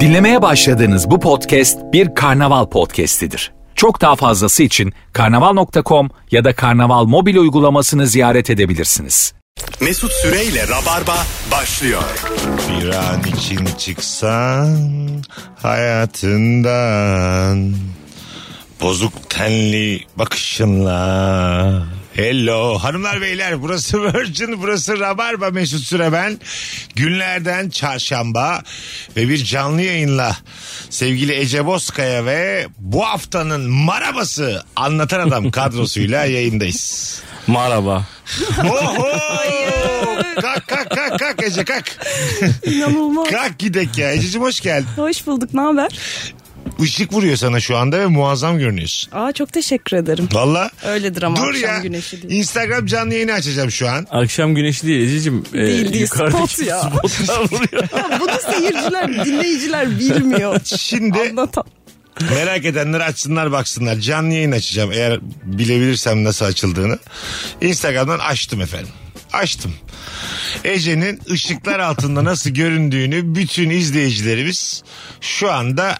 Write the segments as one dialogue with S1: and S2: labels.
S1: Dinlemeye başladığınız bu podcast bir karnaval podcastidir. Çok daha fazlası için karnaval.com ya da karnaval mobil uygulamasını ziyaret edebilirsiniz.
S2: Mesut Süreyle Rabarba başlıyor.
S3: Bir an için çıksan hayatından Bozuk tenli bakışınla Hello hanımlar beyler burası Virgin burası Rabarba Mesut Süre ben günlerden çarşamba ve bir canlı yayınla sevgili Ece Bozkaya ve bu haftanın marabası anlatan adam kadrosuyla yayındayız.
S4: Merhaba.
S3: Oho! kalk kalk kalk kalk Ece kalk.
S5: İnanılmaz.
S3: Kalk gidek ya Ececiğim hoş geldin.
S5: Hoş bulduk. Ne haber?
S3: Işık vuruyor sana şu anda ve muazzam görünüyorsun.
S5: Aa çok teşekkür ederim.
S3: Valla.
S5: Öyledir ama
S3: Dur
S5: akşam
S3: ya.
S5: güneşi değil.
S3: Instagram canlı yayını açacağım şu an.
S4: Akşam güneşi değil Ececiğim. Ee,
S5: Değil, değil,
S4: yukarıdaki
S5: spot ya.
S4: spotlar vuruyor.
S5: Bunu seyirciler, dinleyiciler bilmiyor.
S3: Şimdi
S5: Anlatan.
S3: merak edenler açsınlar baksınlar. Canlı yayın açacağım eğer bilebilirsem nasıl açıldığını. Instagram'dan açtım efendim. Açtım. Ece'nin ışıklar altında nasıl göründüğünü bütün izleyicilerimiz şu anda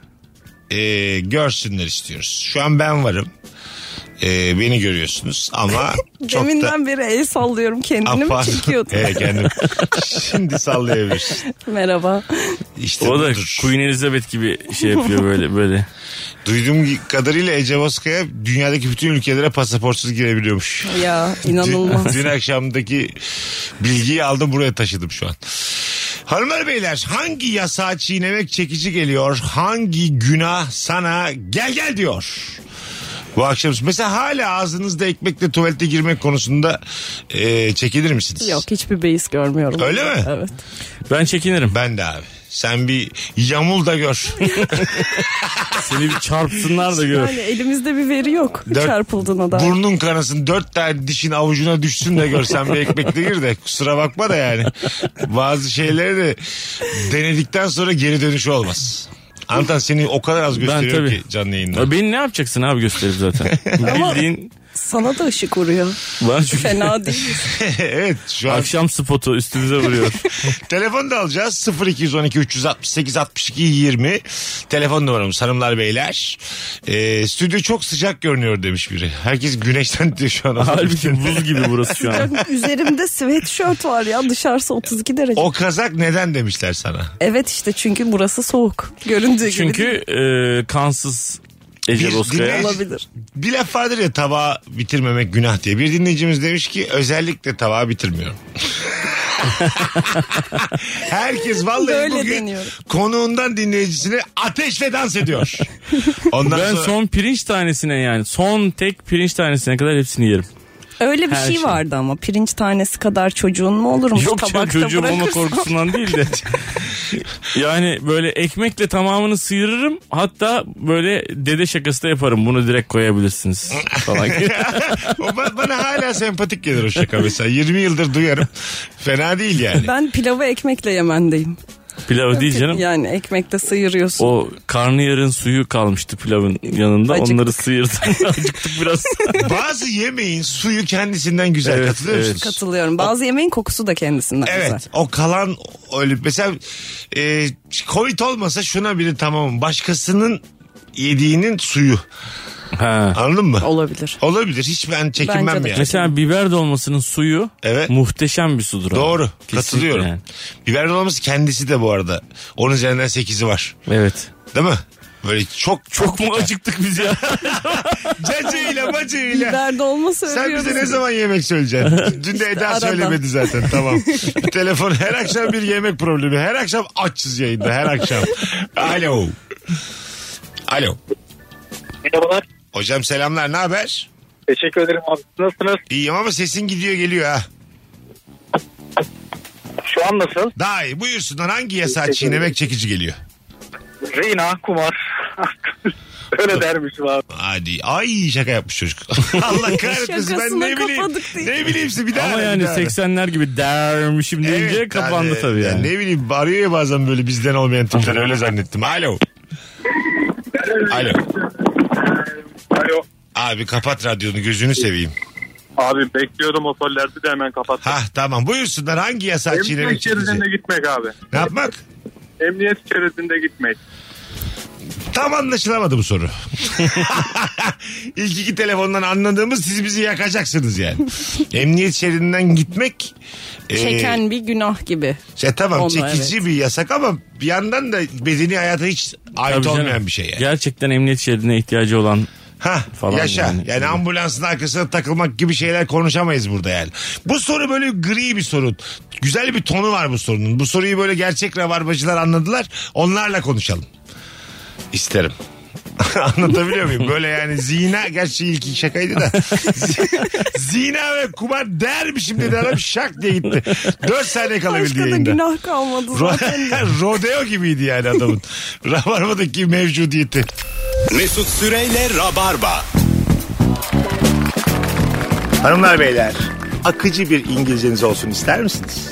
S3: e, görsünler istiyoruz. Şu an ben varım. E, beni görüyorsunuz ama çok da...
S5: Deminden beri el sallıyorum kendimi
S3: Apa-
S5: çekiyordum.
S3: Evet, kendim. Şimdi sallayabilirsin.
S5: Merhaba.
S3: İşte
S4: O da
S3: budur.
S4: Queen Elizabeth gibi şey yapıyor böyle böyle.
S3: Duyduğum kadarıyla Ece Bozkaya dünyadaki bütün ülkelere pasaportsuz girebiliyormuş.
S5: Ya
S3: Dün,
S5: inanılmaz.
S3: dün akşamdaki bilgiyi aldım buraya taşıdım şu an. Hanımlar beyler hangi yasağı çiğnemek çekici geliyor? Hangi günah sana gel gel diyor? Bu akşam mesela hala ağzınızda ekmekle tuvalete girmek konusunda e, çekilir misiniz?
S5: Yok hiçbir beis görmüyorum.
S3: Öyle mi?
S5: Evet.
S4: Ben çekinirim.
S3: Ben de abi. Sen bir yamul da gör.
S4: Seni bir çarpsınlar da gör.
S5: Yani elimizde bir veri yok
S3: Dört-
S5: çarpıldığına dair.
S3: Burnun kanasın dört tane dişin avucuna düşsün de görsen bir ekmek de gir de kusura bakma da yani. Bazı şeyleri de denedikten sonra geri dönüş olmaz. Antan seni o kadar az gösteriyor ki
S4: tabii.
S3: canlı yayında.
S4: Ya Beni ne yapacaksın abi gösterip zaten. Bildiğin
S5: Sana da ışık vuruyor.
S4: bana çünkü
S5: Fena değil.
S3: evet şu an
S4: akşam spotu üstümüze vuruyor.
S3: telefon da alacağız 0212 368 62 20 telefon numaramız hanımlar beyler. Ee, stüdyo çok sıcak görünüyor demiş biri. Herkes güneşten diyor şu an.
S4: Halbuki buz gibi burası şu an.
S5: Çok Üzerimde sweatshirt var ya dışarısı 32 derece.
S3: O kazak neden demişler sana?
S5: Evet işte çünkü burası soğuk. Göründüğü gibi.
S4: Çünkü e, kansız Ece
S3: Bir
S4: Bozkaya.
S3: dinleyici-
S5: olabilir.
S3: Bir laf vardır ya tabağı bitirmemek günah diye. Bir dinleyicimiz demiş ki özellikle tabağı bitirmiyorum. Herkes vallahi
S5: Böyle
S3: bugün
S5: deniyorum.
S3: konuğundan dinleyicisine ateşle dans ediyor. Ondan
S4: Ben
S3: sonra
S4: son pirinç tanesine yani son tek pirinç tanesine kadar hepsini yerim.
S5: Öyle bir
S4: Her
S5: şey,
S4: şey.
S5: vardı ama pirinç tanesi kadar çocuğun mu olurmuş
S4: Yok canım
S5: tabakta
S4: çocuğum olma
S5: bırakırsam.
S4: korkusundan değil de. yani böyle ekmekle tamamını sıyırırım. Hatta böyle dede şakası da yaparım. Bunu direkt koyabilirsiniz falan.
S3: o ba- bana hala sempatik gelir o şaka mesela. 20 yıldır duyarım. Fena değil yani.
S5: Ben pilavı ekmekle yemendeyim.
S4: Pilav değil canım.
S5: Yani ekmekle sıyırıyorsun.
S4: O karnıyarın suyu kalmıştı pilavın yanında.
S5: Acıktık.
S4: Onları sıyırdım. Acıktık biraz.
S3: Bazı yemeğin suyu kendisinden güzel
S4: Evet,
S3: katılıyor
S4: evet.
S3: musunuz?
S5: Katılıyorum. Bazı yemeğin kokusu da kendisinden
S3: Evet
S5: güzel.
S3: o kalan öyle mesela e, covid olmasa şuna biri tamamım başkasının yediğinin suyu
S4: ha.
S3: anladın mı?
S5: Olabilir.
S3: Olabilir hiç ben çekinmem
S5: Bence de.
S3: yani.
S4: Mesela biber dolmasının suyu
S3: Evet.
S4: muhteşem bir sudur. abi.
S3: Doğru
S4: Kesinlikle
S3: katılıyorum.
S4: yani.
S3: Biber dolması kendisi de bu arada onun üzerinden 8'i var
S4: Evet.
S3: değil mi? Böyle çok
S4: Çok mu acıktık biz ya?
S3: cacığıyla bacığıyla.
S5: Biber dolma
S3: Sen
S5: söylüyoruz.
S3: bize ne zaman yemek söyleyeceksin? Dün de Eda
S5: arada.
S3: söylemedi zaten tamam. Telefon her akşam bir yemek problemi. Her akşam açız yayında her akşam. Alo. Alo.
S6: Merhabalar.
S3: Hocam selamlar ne haber?
S6: Teşekkür ederim abi. Nasılsınız?
S3: İyiyim ama sesin gidiyor geliyor ha.
S6: Şu an nasıl?
S3: Daha iyi buyursunlar hangi yasağı
S6: Teşekkür ederim.
S3: çiğnemek çekici geliyor?
S6: Reyna kumar. Öyle dermişim abi.
S3: Hadi ay şaka yapmış çocuk. Allah kahretmesin ben ne
S5: Şakasına
S3: bileyim.
S5: kapadık diye.
S3: Ne bileyim size bir daha.
S4: Ama
S3: ara, bir
S4: yani
S3: daha ara.
S4: 80'ler gibi dermişim deyince
S3: Evet,
S4: kapandı
S3: yani,
S4: tabii yani.
S3: Ne bileyim bağırıyor ya bazen böyle bizden olmayan tipler öyle zannettim. Alo. Alo.
S6: Alo.
S3: Abi kapat radyonu gözünü seveyim.
S6: Abi bekliyordum o sollerde de hemen kapattım.
S3: Hah tamam buyursunlar hangi yasağı
S6: Emniyet
S3: çiğnemek çekici?
S6: şeridine gitmek abi.
S3: Ne yapmak?
S6: emniyet şeridinde gitmek.
S3: Tam anlaşılamadı bu soru. İlk iki telefondan anladığımız siz bizi yakacaksınız yani. Emniyet şeridinden gitmek e,
S5: Çeken bir günah gibi.
S3: şey, tamam
S5: Onu,
S3: çekici bir yasak ama bir yandan da bedeni hayata hiç ait
S4: Tabii canım.
S3: olmayan bir şey yani.
S4: Gerçekten emniyet şeridine ihtiyacı olan
S3: Ha
S4: falan
S3: yaşa. Yani,
S4: yani.
S3: ambulansın arkasına takılmak gibi şeyler konuşamayız burada yani. Bu soru böyle gri bir soru. Güzel bir tonu var bu sorunun. Bu soruyu böyle gerçek rabarbacılar anladılar. Onlarla konuşalım. İsterim. Anlatabiliyor muyum? Böyle yani zina gerçi ilk şakaydı da. zina ve kumar dermişim dedi adam şak diye gitti. 4 saniye kalabildi
S5: Başka da
S3: yayında.
S5: günah kalmadı zaten.
S3: Ro- Rodeo gibiydi yani adamın. Rabarbadaki mevcudiyeti.
S2: Mesut Süreyle Rabarba.
S3: Hanımlar beyler akıcı bir İngilizceniz olsun ister misiniz?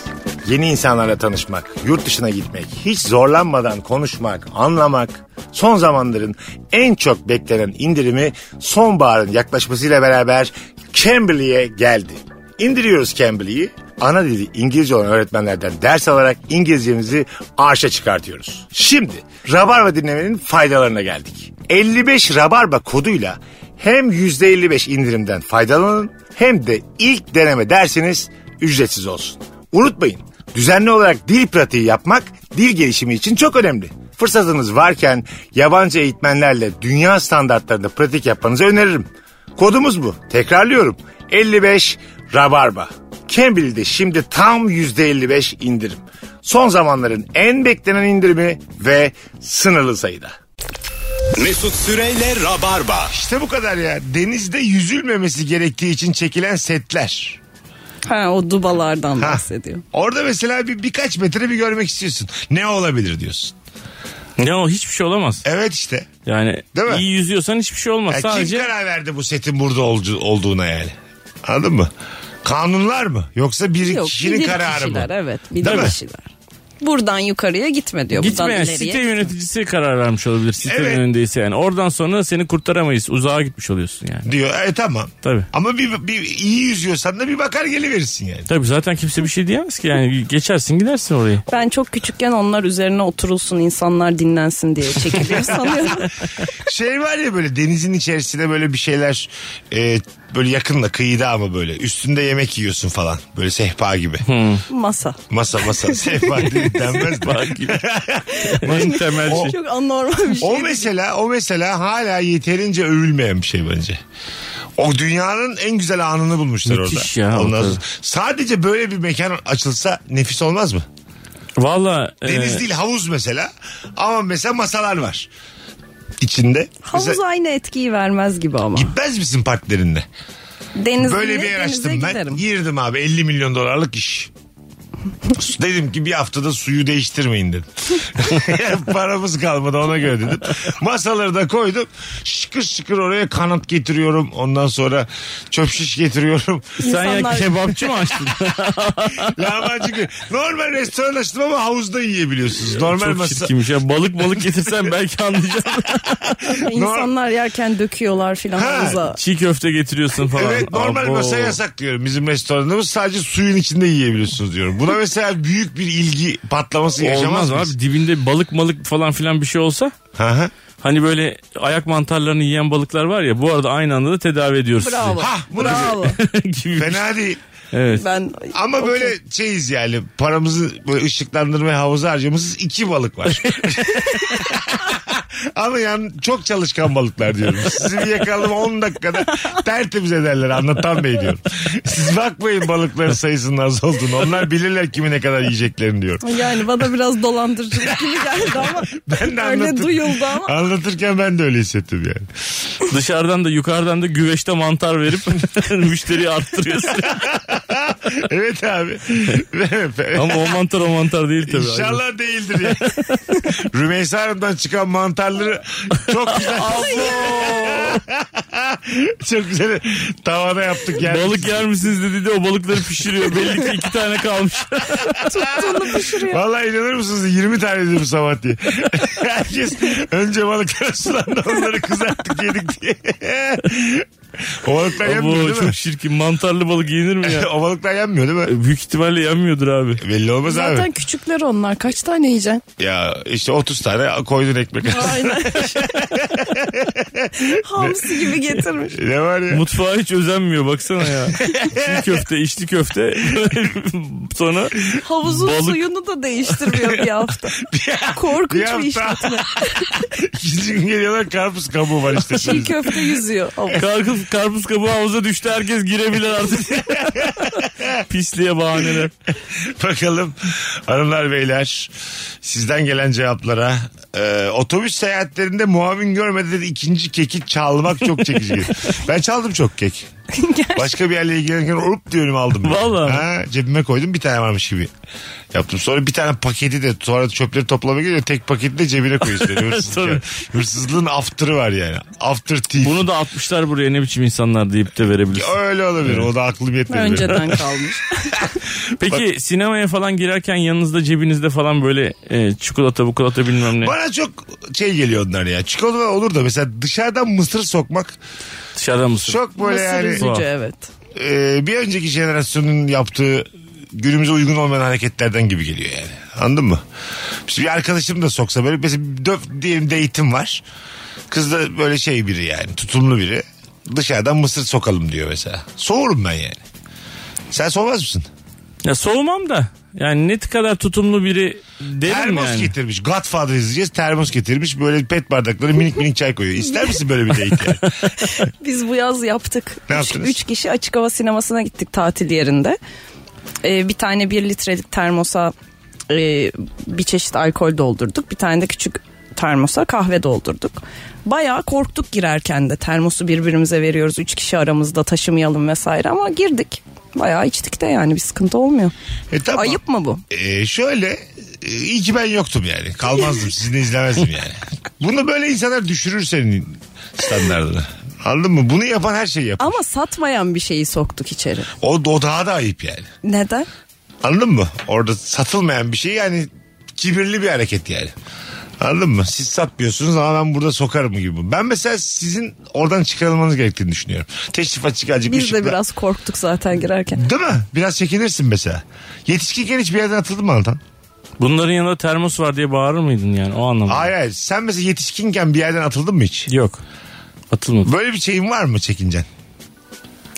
S3: Yeni insanlarla tanışmak, yurt dışına gitmek, hiç zorlanmadan konuşmak, anlamak son zamanların en çok beklenen indirimi sonbaharın yaklaşmasıyla beraber Cambly'e geldi. İndiriyoruz Cambly'i. Ana dili İngilizce olan öğretmenlerden ders alarak İngilizcemizi arşa çıkartıyoruz. Şimdi Rabarba dinlemenin faydalarına geldik. 55 Rabarba koduyla hem %55 indirimden faydalanın hem de ilk deneme dersiniz ücretsiz olsun. Unutmayın düzenli olarak dil pratiği yapmak dil gelişimi için çok önemli. Fırsatınız varken yabancı eğitmenlerle dünya standartlarında pratik yapmanızı öneririm. Kodumuz bu. Tekrarlıyorum. 55 Rabarba. Cambly'de şimdi tam %55 indirim. Son zamanların en beklenen indirimi ve sınırlı sayıda.
S2: Mesut Süreyle Rabarba.
S3: İşte bu kadar ya. Denizde yüzülmemesi gerektiği için çekilen setler.
S5: Ha, o dubalardan
S3: Ha.
S5: bahsediyor.
S3: Orada mesela bir birkaç metre bir görmek istiyorsun. Ne olabilir diyorsun.
S4: ne o hiçbir şey olamaz.
S3: Evet işte.
S4: Yani
S3: E, Değil mi?
S4: iyi yüzüyorsan hiçbir şey olmaz.
S3: Ya
S4: Sadece
S3: Kim karar verdi bu setin burada olcu- olduğuna yani? Anladın mı? Kanunlar mı? Yoksa bir
S5: Yok,
S3: kişinin
S5: bilir
S3: kararı
S5: kişiler,
S3: mı?
S5: Evet bilir
S3: Değil mi?
S5: kişiler. Buradan yukarıya gitme diyor.
S4: Gitmeyen
S5: buradan
S4: site
S5: ileriye.
S4: yöneticisi karar vermiş olabilir. Site
S3: Evet.
S4: yönündeyse yani. Oradan sonra seni kurtaramayız. Uzağa gitmiş oluyorsun yani.
S3: Diyor. E tamam.
S4: Tabii.
S3: Ama bir, bir iyi yüzüyorsan da bir bakar geliverirsin yani.
S4: Tabii zaten kimse bir şey diyemez ki yani. Geçersin gidersin orayı.
S5: Ben çok küçükken onlar üzerine oturulsun insanlar dinlensin diye çekiliyor sanıyorum.
S3: şey var ya böyle denizin içerisinde böyle bir şeyler e, böyle yakınla kıyıda ama böyle üstünde yemek yiyorsun falan. Böyle sehpa gibi.
S5: Masa.
S3: Masa masa sehpa değil, denmez de.
S4: En temel şey.
S5: Çok anormal bir şey.
S3: O mesela o mesela hala yeterince övülmeyen bir şey bence. O dünyanın en güzel anını bulmuşlar
S4: Müthiş
S3: orada.
S4: ya,
S3: Ondan
S4: tabii.
S3: sonra- sadece böyle bir mekan açılsa nefis olmaz mı?
S4: Valla. e,
S3: Deniz değil havuz mesela ama mesela masalar var içinde.
S5: Havuz
S3: Mesela
S5: aynı etkiyi vermez gibi ama.
S3: gitmez misin partnerinle?
S5: Deniz
S3: Böyle bir yer
S5: denize
S3: açtım ben.
S5: giderim.
S3: Girdim abi 50 milyon dolarlık iş. dedim ki bir haftada suyu değiştirmeyin dedim. Paramız kalmadı ona göre dedim. Masaları da koydum. Şıkır şıkır oraya kanat getiriyorum. Ondan sonra çöp şiş getiriyorum.
S4: Sen ya
S5: İnsanlar-
S4: kebapçı mı açtın?
S3: Lahmacun. gibi. Normal restoran açtım ama havuzda yiyebiliyorsunuz. Normal
S4: Çok
S3: masa.
S4: çirkinmiş ya. Balık balık getirsen belki anlayacaksın.
S5: İnsanlar yerken döküyorlar filan
S3: Ha,
S5: havuza.
S4: Çiğ köfte getiriyorsun falan.
S3: Evet normal
S4: Abo.
S3: masa yasak diyorum bizim restoranımız sadece suyun içinde yiyebiliyorsunuz diyorum. Buna mesela büyük bir ilgi patlaması yaşamaz
S4: Olmaz
S3: mı?
S4: abi dibinde balık malık falan filan bir şey olsa
S3: Hı hı.
S4: hani böyle ayak mantarlarını yiyen balıklar var ya bu arada aynı anda da tedavi ediyoruz
S5: Bravo.
S3: Hah, bu ne?
S5: Bravo.
S4: sizi. gibi. şey.
S3: Fena değil.
S4: Evet.
S5: ben
S3: Ama böyle şeyiz yani paramızı böyle ışıklandırmaya havuza harcamışız iki balık var. Ama yani çok çalışkan balıklar diyorum. Sizi bir yakaladım 10 dakikada tertemiz ederler anlatan bey diyorum. Siz bakmayın balıkların sayısının az olduğunu. Onlar bilirler kimi ne kadar yiyeceklerini diyorum.
S5: yani bana biraz dolandırıcılık gibi geldi ama
S3: Ben de
S5: öyle
S3: anlatır,
S5: duyuldu ama
S3: anlatırken ben de öyle hissettim yani.
S4: Dışarıdan da yukarıdan da güveçte mantar verip müşteriyi arttırıyorsun.
S3: Evet abi.
S4: Ama o mantar o mantar değil tabii.
S3: İnşallah değildir ya. Rümeysa Hanım'dan çıkan mantarları çok güzel. çok güzel tavada yaptık yani.
S4: Balık yer misiniz dedi de o balıkları pişiriyor. Belli ki iki tane kalmış.
S5: tuttuğunu pişiriyor.
S3: Vallahi inanır mısınız 20 tane dedim sabah diye. Herkes önce balıkları sulandı onları kızarttık yedik diye. Ovalıklar yenmiyor
S4: Bu
S3: değil mi?
S4: çok şirkin. Mantarlı balık yenir mi ya? E,
S3: Ovalıklar yenmiyor değil mi?
S4: Büyük ihtimalle yanmıyordur abi.
S3: Belli olmaz
S5: Zaten
S3: abi.
S5: küçükler onlar. Kaç tane yiyeceksin?
S3: Ya işte 30 tane koydun ekmek.
S5: Aynen. Hamsi gibi getirmiş.
S3: ne var ya?
S4: Mutfağa hiç özenmiyor baksana ya. İçli köfte, içli köfte. Sonra
S5: Havuzun
S4: Balık.
S5: suyunu da değiştirmiyor bir hafta. Korkunç
S3: bir
S5: bir,
S3: hafta.
S5: işletme.
S3: İkinci gün geliyorlar karpuz kabuğu var işte.
S5: Çiğ köfte yüzüyor. Ama
S4: karpuz, karpuz kabuğu havuza düştü herkes girebilir artık. Pisliğe bahaneler.
S3: Bakalım hanımlar beyler sizden gelen cevaplara Ee, otobüs seyahatlerinde muavin görmeden ikinci keki çalmak çok çekici. ben çaldım çok kek. Başka bir yerle ilgilenirken olup diyorum aldım. ben.
S4: Vallahi.
S3: Ha, cebime koydum bir tane varmış gibi yaptım. Sonra bir tane paketi de sonra çöpleri toplamaya geliyor. Tek paketi de cebine koyuyorsun. Yani hırsızlık
S4: Tabii.
S3: yani. Hırsızlığın after'ı var yani. After thief.
S4: Bunu da atmışlar buraya ne biçim insanlar deyip de verebilirsin.
S3: Öyle olabilir. O da aklım yetmedi. benim.
S5: önceden kalmış.
S4: Peki sinemaya falan girerken yanınızda cebinizde falan böyle e, çikolata bukolata bilmem ne.
S3: Bana çok şey geliyor onlar ya. Çikolata olur da mesela dışarıdan mısır sokmak
S4: Dışarıda mısın?
S3: çok böyle
S5: Mısır
S3: yani
S5: üzücü evet.
S3: e, bir önceki jenerasyonun yaptığı günümüze uygun olmayan hareketlerden gibi geliyor yani. Anladın mı? Şimdi bir arkadaşım da soksa böyle mesela döf diyelim de eğitim var. Kız da böyle şey biri yani tutumlu biri. Dışarıdan mısır sokalım diyor mesela. Soğurum ben yani. Sen soğumaz mısın?
S4: Ya soğumam da. Yani ne kadar tutumlu biri derim
S3: Termos
S4: yani.
S3: getirmiş. Godfather izleyeceğiz. Termos getirmiş. Böyle pet bardakları minik minik çay koyuyor. İster misin böyle bir date yani?
S5: Biz bu yaz yaptık.
S3: Ne
S5: üç,
S3: yaptınız?
S5: üç kişi açık hava sinemasına gittik tatil yerinde. Ee, bir tane bir litrelik termosa e, bir çeşit alkol doldurduk. Bir tane de küçük termosa kahve doldurduk. Bayağı korktuk girerken de termosu birbirimize veriyoruz. Üç kişi aramızda taşımayalım vesaire ama girdik. Bayağı içtik de yani bir sıkıntı olmuyor.
S3: E tamam.
S5: Ayıp mı bu?
S3: Ee, şöyle e, iyi ki ben yoktum yani. Kalmazdım sizinle izlemezdim yani. Bunu böyle insanlar düşürür senin standartını. Anladın mı? Bunu yapan her şeyi yap.
S5: Ama satmayan bir şeyi soktuk içeri.
S3: O, o daha da ayıp yani.
S5: Neden?
S3: Anladın mı? Orada satılmayan bir şey yani kibirli bir hareket yani. Anladın mı? Siz satmıyorsunuz ama ben burada sokarım gibi. Ben mesela sizin oradan çıkarılmanız gerektiğini düşünüyorum. Teşrifat çıkacak
S5: Biz de biraz korktuk zaten girerken.
S3: Değil mi? Biraz çekinirsin mesela. Yetişkinken hiç bir yerden atıldın mı Anlatan?
S4: Bunların yanında termos var diye bağırır mıydın yani o anlamda?
S3: Hayır hayır. Sen mesela yetişkinken bir yerden atıldın mı hiç?
S4: Yok. Atılmadı.
S3: Böyle bir şeyin var mı çekincen?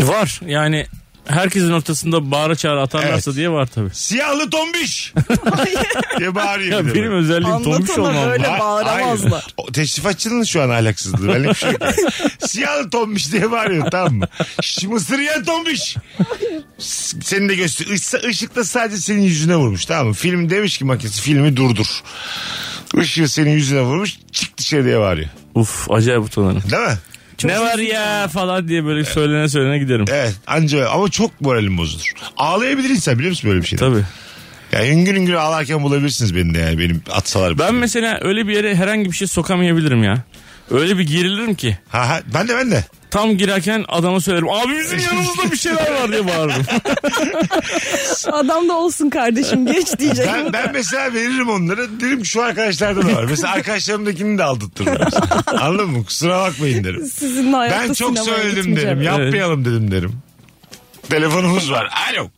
S4: Var yani herkesin ortasında bağıra çağıra atarlarsa
S3: Evet.
S4: diye var tabii.
S3: Siyahlı tombiş diye bağırıyor.
S4: Ya
S3: bir de
S4: benim
S3: böyle.
S4: özelliğim tombiş
S5: Anlatana
S4: olmam.
S5: böyle
S3: Ha-
S5: bağıramazlar.
S3: Hayır. O teşrifatçının şu an ahlaksızlığı. Benlik bir şey yok. yani. Siyahlı tombiş diye bağırıyor tamam mı? Şş, mısır yiyen tombiş. S- Seni de göster. Işıkta, ışıkta sadece senin yüzüne vurmuş tamam mı? Film demiş ki makinesi filmi durdur. Işığı senin yüzüne vurmuş çık dışarı diye bağırıyor.
S4: Uf acayip utanırım.
S3: Değil mi?
S4: ne var ya falan diye böyle söylene söylene giderim.
S3: Evet anca öyle. ama çok moralim bozulur. Ağlayabilir insan biliyor musun böyle bir şeyden?
S4: Tabii.
S3: Yani hüngür hüngür ağlarken bulabilirsiniz beni de yani benim atsalar. şey.
S4: Ben mesela öyle bir yere herhangi bir şey sokamayabilirim ya. Öyle bir gerilirim ki.
S3: Ha, ha, ben de ben de.
S4: Tam girerken adama söylerim. Abi bizim yanımızda bir şeyler var diye bağırırım.
S5: Adam da olsun kardeşim geç diyecek.
S3: Ben, ben mesela veririm onlara. Derim ki şu arkadaşlarda da var. Mesela arkadaşlarımdakini de aldırtırım. Anladın mı? Kusura bakmayın derim.
S5: Sizinle hayatta
S3: Ben çok
S5: sinemaya
S3: söyledim
S5: gitmeyeceğim.
S3: derim. Yapmayalım dedim derim. Telefonumuz var. Alo.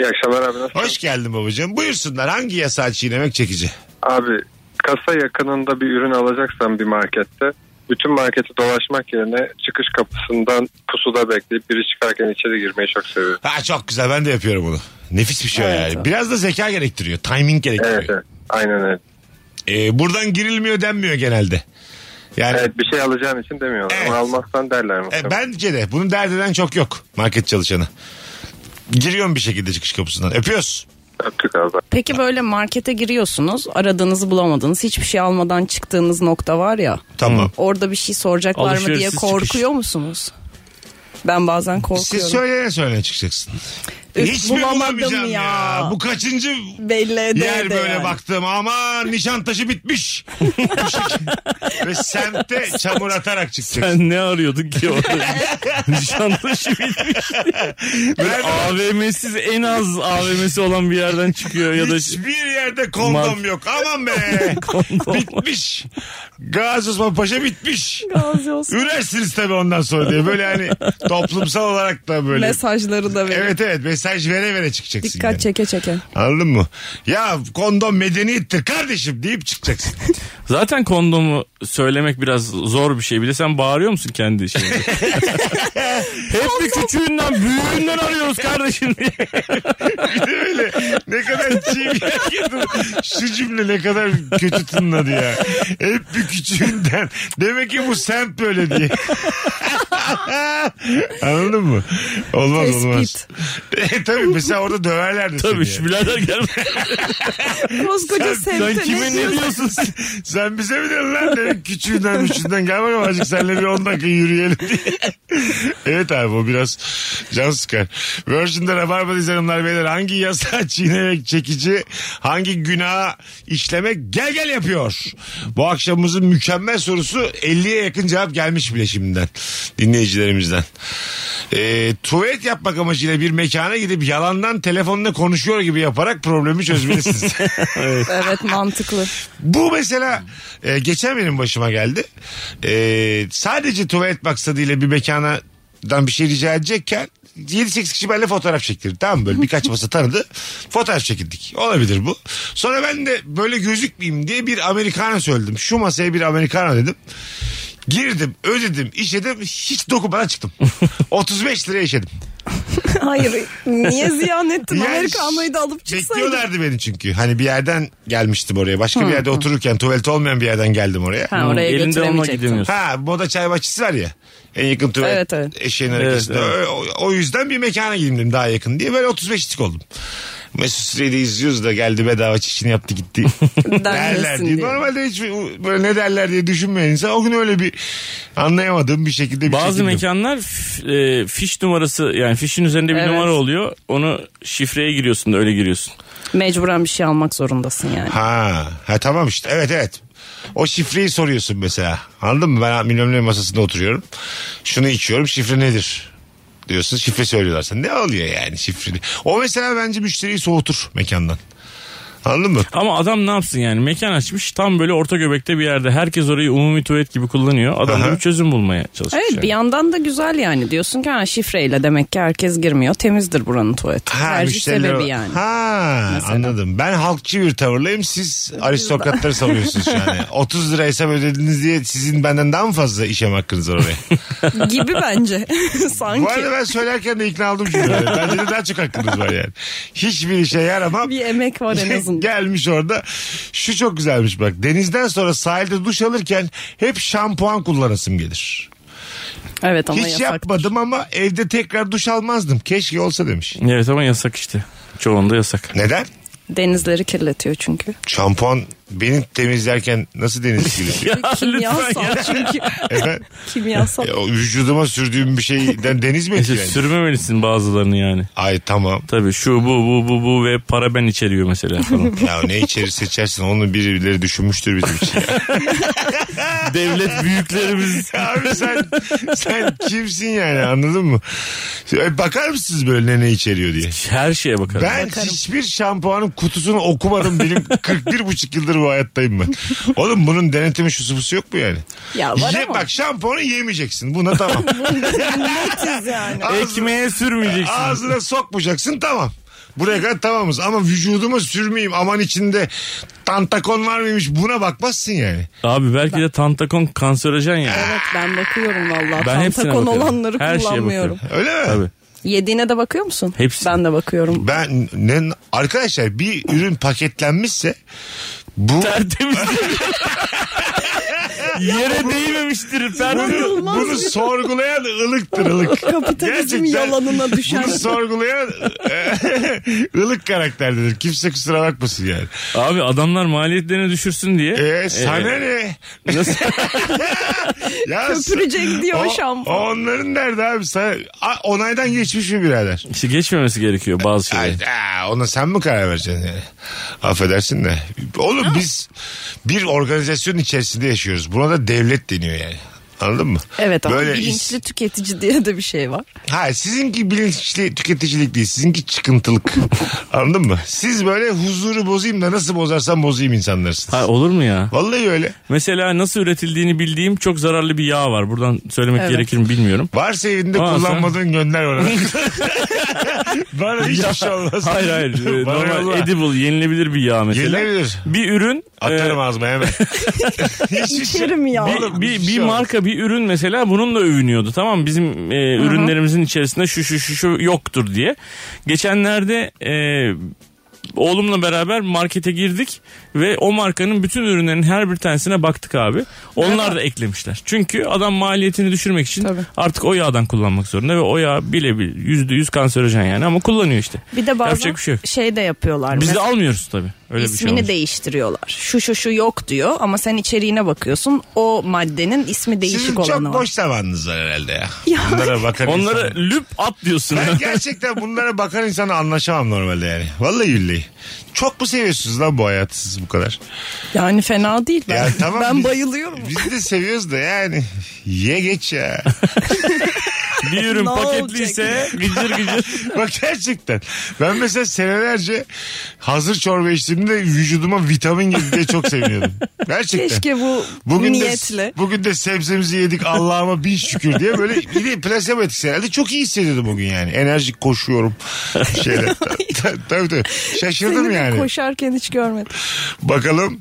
S6: İyi akşamlar abi nasılsın?
S3: Hoş geldin babacığım. Buyursunlar hangi yasağı çiğnemek çekici?
S6: Abi kasa yakınında bir ürün alacaksan bir markette bütün marketi dolaşmak yerine çıkış kapısından pusuda bekleyip biri çıkarken içeri girmeyi çok seviyorum.
S3: Ha çok güzel ben de yapıyorum bunu. Nefis bir şey o
S5: Evet,
S3: yani.
S5: o.
S3: Biraz da zeka gerektiriyor. Timing gerektiriyor.
S6: Evet evet. Aynen öyle.
S3: Ee, buradan girilmiyor denmiyor genelde. Yani
S6: Evet bir şey alacağın için demiyorlar
S3: Evet.
S6: ama almazsan derler muhtemelen.
S3: E, bence de. Bunun dert eden çok yok market çalışanı. Giriyorum bir şekilde çıkış kapısından. Öpüyoruz.
S6: Öptük abi.
S5: Peki böyle markete giriyorsunuz aradığınızı bulamadınız hiçbir şey almadan çıktığınız nokta var ya
S3: Tamam.
S5: orada bir şey soracaklar mı diye
S4: Alışverişsiz
S5: korkuyor
S4: çıkış.
S5: musunuz? Ben bazen korkuyorum.
S3: Siz söyleyene söyleyene çıkacaksın.
S5: Üf,
S3: Hiç mi
S5: bulamadım
S3: şey bulamayacağım ya?
S5: ya.
S3: Bu kaçıncı
S5: Belli ede
S3: yer
S5: ede
S3: böyle
S5: yani.
S3: baktım. Aman Nişantaşı bitmiş. Ve semte çamur atarak çıkacaksın.
S4: Ben ne arıyordun ki orada? Nişantaşı bitmiş.
S3: Nerede-
S4: AVM'siz en az AVM'si olan bir yerden çıkıyor ya da
S5: şey.
S3: Hiçbir yerde kondom
S4: Mart-
S3: yok. Aman be.
S4: Kondom.
S3: Bitmiş. Gazi Osman Paşa bitmiş.
S5: Gazi olsun.
S3: Ürersiniz tabii ondan sonra diye. Böyle hani toplumsal olarak da böyle.
S5: Mesajları da verin.
S3: Evet evet mesaj vere vere çıkacaksın.
S5: Dikkat
S3: yani.
S5: çeke çeke.
S3: Anladın mı? Ya kondom medeniyettir kardeşim deyip çıkacaksın.
S4: Zaten kondomu söylemek biraz zor bir şey. Bir de sen bağırıyor musun kendi şeyini? Hep bir küçüğünden büyüğünden arıyoruz kardeşim diye.
S3: Böyle ne kadar çiğ bir hareketim. Şu cümle ne kadar kötü tınladı ya. Hep bir küçüğünden. Demek ki bu semt böyle diye. Anladın mı? Olmaz olmaz. E, tabii mesela orada döverlerdi
S4: Tabii
S3: seni.
S4: şu birader gel.
S5: Koskoca
S4: Sen
S5: semte
S4: kime ne diyorsun? sen?
S3: Sen bize mi dedin lan? Demek küçüğünden üçünden gel bakalım azıcık seninle bir 10 dakika yürüyelim diye. evet abi o biraz can sıkar. Virgin'de Rabarba'dayız hanımlar beyler. Hangi yasağı çiğnemek çekici, hangi günah işlemek gel gel yapıyor. Bu akşamımızın mükemmel sorusu 50'ye yakın cevap gelmiş bile şimdiden dinleyicilerimizden. Ee, tuvalet yapmak amacıyla bir mekana gidip yalandan telefonla konuşuyor gibi yaparak problemi çözmelisiniz.
S5: Evet mantıklı.
S3: Bu mesela e, geçen benim başıma geldi. E, sadece tuvalet maksadıyla bir mekana dan bir şey rica edecekken 7-8 kişi benimle fotoğraf çektirdi. Tamam mı? böyle birkaç masa tanıdı. Fotoğraf çekildik. Olabilir bu. Sonra ben de böyle gözükmeyeyim diye bir Amerikana söyledim. Şu masaya bir Amerikana dedim. Girdim, ödedim, işedim. Hiç dokunmadan çıktım. 35 liraya işedim.
S5: Hayır niye ziyan ettin?
S3: Yani
S5: Amerikanlı'yı da alıp çıksaydın.
S3: Bekliyorlardı beni çünkü. Hani bir yerden gelmiştim oraya. Başka bir yerde otururken tuvalet olmayan bir yerden geldim oraya.
S5: Ha, oraya
S4: Hmm, Elinde onunla
S5: götüremeyecektin.
S4: gidemiyorsun.
S3: Ha moda çay bahçesi var ya. En yakın tuvalet
S5: Evet, evet.
S3: eşeğin arkasında.
S4: Evet,
S3: O, o yüzden bir mekana gideyim dedim daha yakın diye. Böyle 35'lik oldum. Mesut Süreyi de izliyoruz da geldi bedava çişini yaptı gitti. derler
S5: Denmesin
S3: diye.
S5: diye.
S3: Normalde hiç böyle ne derler diye düşünmeyen insan o gün öyle bir anlayamadığım bir şekilde bir
S4: Bazı
S3: şekilde.
S4: mekanlar f- e, fiş numarası yani fişin üzerinde bir
S5: Evet.
S4: numara oluyor. Onu şifreye giriyorsun da öyle giriyorsun.
S5: Mecburen bir şey almak zorundasın yani.
S3: Ha, ha tamam işte evet evet. O şifreyi soruyorsun mesela. Anladın mı? Ben bilmem ne masasında oturuyorum. Şunu içiyorum şifre nedir? Diyorsun şifre söylüyorlar sana. Ne oluyor yani şifreni? O mesela bence müşteriyi soğutur mekandan. Anladın mı?
S4: Ama adam ne yapsın yani mekan açmış tam böyle orta göbekte bir yerde. Herkes orayı umumi tuvalet gibi kullanıyor. Adam da
S3: Aha.
S4: bir çözüm bulmaya çalışmış.
S5: Evet bir
S4: yani.
S5: yandan da güzel yani diyorsun ki ha, şifreyle demek ki herkes girmiyor temizdir buranın tuvaleti.
S3: Ha,
S5: Tercih
S3: müşteriler-
S5: sebebi yani.
S3: Ha,
S5: Mesela.
S3: anladım. Ben halkçı bir tavırlıyım. Siz aristokratları savunuyorsunuz yani. 30 lira hesap ödediniz diye sizin benden daha mı fazla işem hakkınız var oraya?
S5: Gibi bence sanki.
S3: Bu arada ben söylerken de ikna oldum şimdi. Bence de daha çok hakkınız var yani. Hiçbir işe yaramam.
S5: Bir emek var en azından.
S3: Gelmiş orada. Şu çok güzelmiş bak. Denizden sonra sahilde duş alırken hep şampuan kullanasım gelir.
S5: Evet ama
S3: Hiç
S5: yasak.
S3: yapmadım ama evde tekrar duş almazdım. Keşke olsa demiş.
S4: Evet ama yasak işte. Çoğunda yasak.
S3: Neden?
S5: Denizleri kirletiyor çünkü.
S3: Şampuan beni temizlerken nasıl deniz kirletiyor?
S4: Ya lütfen
S5: Kimyasal
S4: ya.
S5: çünkü.
S3: Efendim?
S5: Kimyasal.
S3: Ya, o vücuduma sürdüğüm bir şeyden deniz mi
S4: İşte
S3: etkileniyor?
S4: sürmemelisin bazılarını yani.
S3: Ay tamam.
S4: Tabii şu bu bu bu bu ve paraben içeriyor mesela falan.
S3: Ya ne içeri seçersin onu birileri düşünmüştür bizim için.
S4: Devlet büyüklerimiz.
S3: Abi sen sen kimsin yani anladın mı? E, Bakar mısınız böyle ne ne içeriyor diye?
S4: Her şeye bakarım.
S3: Ben hiçbir şampuanın kutusunu okumadım. Benim 41 buçuk yıldır bu hayattayım ben. Oğlum bunun denetimi şusu busu yok mu yani?
S5: Ya var
S3: Ye-
S5: ama.
S3: Bak şampuanı yemeyeceksin. Buna tamam.
S5: Netiz yani.
S3: Ağzına,
S4: Ekmeğe sürmeyeceksin.
S3: ağzına sokmayacaksın tamam. Buraya kadar tamamız ama vücuduma sürmeyeyim aman içinde tantakon var mıymış buna bakmazsın yani.
S4: Abi belki de tantakon kanserojen ya.
S5: Evet ben bakıyorum valla.
S4: Ben hepsine
S5: Tantakon
S4: bakıyorum.
S5: olanları
S4: Her şeye
S5: kullanmıyorum.
S4: bakıyorum.
S3: Öyle mi?
S4: Tabii.
S5: Yediğine de bakıyor musun?
S4: Hepsi.
S5: Ben de bakıyorum.
S3: Ben ne, arkadaşlar bir ürün paketlenmişse bu
S4: Tertemizdir. Yere değmemiştir. Tertemiz.
S5: Olmaz
S3: bunu
S5: ya.
S3: sorgulayan ılıktır ılık.
S5: Kapitalizm yalanına düşen.
S3: Bunu sorgulayan e, ılık karakterdir. Kimse kusura bakmasın yani.
S4: Abi adamlar maliyetlerini düşürsün diye.
S3: E, sana
S4: Ee,
S3: ne?
S4: nasıl-
S3: Ya,
S5: Köpürecek diyor
S3: o,
S5: şampuan.
S3: Onların derdi abi. Sana, A, onaydan geçmiş mi birader?
S4: İşte geçmemesi gerekiyor bazı
S3: Ay,
S4: şeyler.
S3: aa, ona sen mi karar vereceksin yani? Affedersin de. Oğlum biz bir organizasyon içerisinde yaşıyoruz. Buna da devlet deniyor yani. Anladın mı?
S5: Evet ama
S3: Böyle
S5: bilinçli tüketici diye de bir şey var.
S3: Ha sizinki bilinçli tüketicilik değil. Sizinki çıkıntılık. Anladın mı? Siz böyle huzuru bozayım da nasıl bozarsam bozayım insanlarsınız.
S4: Ha, olur mu ya?
S3: Vallahi öyle.
S4: Mesela nasıl üretildiğini bildiğim çok zararlı bir yağ var. Buradan söylemek
S5: Evet.
S4: gerekir mi bilmiyorum.
S3: Varsa evinde
S4: Varsa.
S3: kullanmadığın gönder bana. bana hiçbir şey olmaz.
S4: Hayır hayır. Ee,
S3: Bana yolla.
S4: Normal edible yenilebilir bir yağ mesela.
S3: Yenilebilir.
S4: Bir ürün.
S3: Atarım
S4: e,
S3: ağzıma hemen. Hiçbir şey-
S5: İçerim ya.
S4: bir, bir,
S3: hiçbir şey
S4: bir
S3: yok.
S4: marka bir ürün mesela bununla övünüyordu tamam mı? bizim e, ürünlerimizin içerisinde şu şu şu şu yoktur diye. Geçenlerde e, oğlumla beraber markete girdik ve o markanın bütün ürünlerinin her bir tanesine baktık abi. Onlar da eklemişler. Çünkü adam maliyetini düşürmek için
S5: Tabii.
S4: artık o yağdan kullanmak zorunda ve o yağ bile bile yüzde yüz kanserojen yani ama kullanıyor işte.
S5: Bir de bazen
S4: Yapacak bir şey yok.
S5: şey de yapıyorlar.
S4: Biz de
S5: Mesela
S4: almıyoruz tabii. Öyle bir şey
S5: ismini
S4: olmuş.
S5: değiştiriyorlar. Şu şu şu yok diyor ama sen içeriğine bakıyorsun. O maddenin ismi değişik
S3: Sizin çok
S5: olanı var.
S3: boş zamanınız var herhalde ya.
S5: Ya.
S3: Bunlara bakan
S4: Onlara
S3: insan-
S4: lüp at diyorsun.
S3: Ben gerçekten bunlara bakan insana anlaşamam normalde yani. Vallahi billahi. Çok mu seviyorsunuz lan bu hayatı siz bu kadar?
S5: Yani fena değil. Ben,
S3: Ya tamam
S5: ben
S3: biz-
S5: bayılıyorum.
S3: Biz de seviyoruz da yani. Ye geç ya.
S4: bir ürün
S5: Ne
S4: paketliyse gıcır gıcır.
S3: Bak gerçekten. Ben mesela senelerce hazır çorba içtiğimde vücuduma vitamin girdi diye çok seviniyordum. Gerçekten.
S5: Keşke bu
S3: Bugün
S5: niyetle.
S3: de, bugün de sebzemizi yedik Allah'ıma bin şükür diye böyle bir de plasebo etkisi herhalde çok iyi hissediyordum bugün yani. Enerjik koşuyorum. Bir Şeyler. tabii tabii. Şaşırdım
S5: Seni
S3: yani.
S5: koşarken hiç görmedim.
S3: Bakalım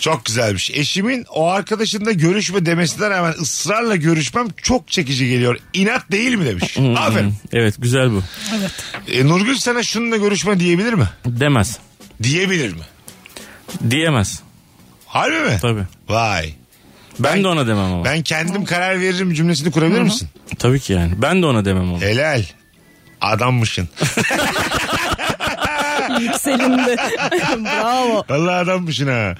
S3: çok güzelmiş. Eşimin o arkadaşınla görüşme demesinden hemen ısrarla görüşmem çok çekici geliyor. İnat değil mi demiş. Aferin.
S4: Evet güzel bu.
S3: E, Nurgül sana şununla görüşme diyebilir mi?
S4: Demez.
S3: Diyebilir mi?
S4: Diyemez.
S3: Harbi mi?
S4: Tabii.
S3: Vay.
S4: Ben, de ona demem ama.
S3: Ben kendim karar veririm cümlesini kurabilir misin?
S4: Tabii ki yani. Ben de ona demem ama.
S3: Helal. Adammışsın.
S5: Yükselinde. Bravo.
S3: Vallahi adammışsın ha.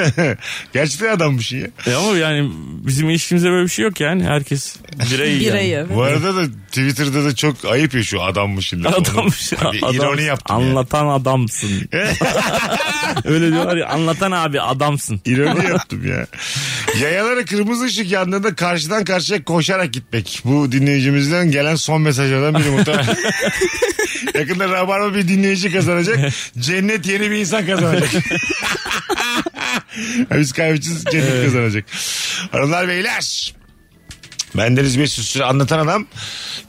S3: Gerçekten adammışsın ya.
S4: E ama yani bizim ilişkimizde böyle bir şey yok yani. Herkes birey yani.
S5: Bireyi.
S3: Bu arada da Twitter'da da çok ayıp ya şu adammışın. lafı.
S4: Adammış.
S3: Onu- Bir ironi yaptım ya.
S4: Anlatan adamsın. Öyle diyorlar ya. Anlatan abi adamsın.
S3: İroni yaptım ya. Yayalara kırmızı ışık yandığında karşıdan karşıya koşarak gitmek. Bu dinleyicimizden gelen son mesajlardan biri muhtemelen. Yakında Rabarba bir dinleyici kazanacak. Cennet yeni bir insan kazanacak. Biz kaybedeceğiz cennet kazanacak. Hanımlar beyler. Bendeniz Mesut Süre anlatan adam.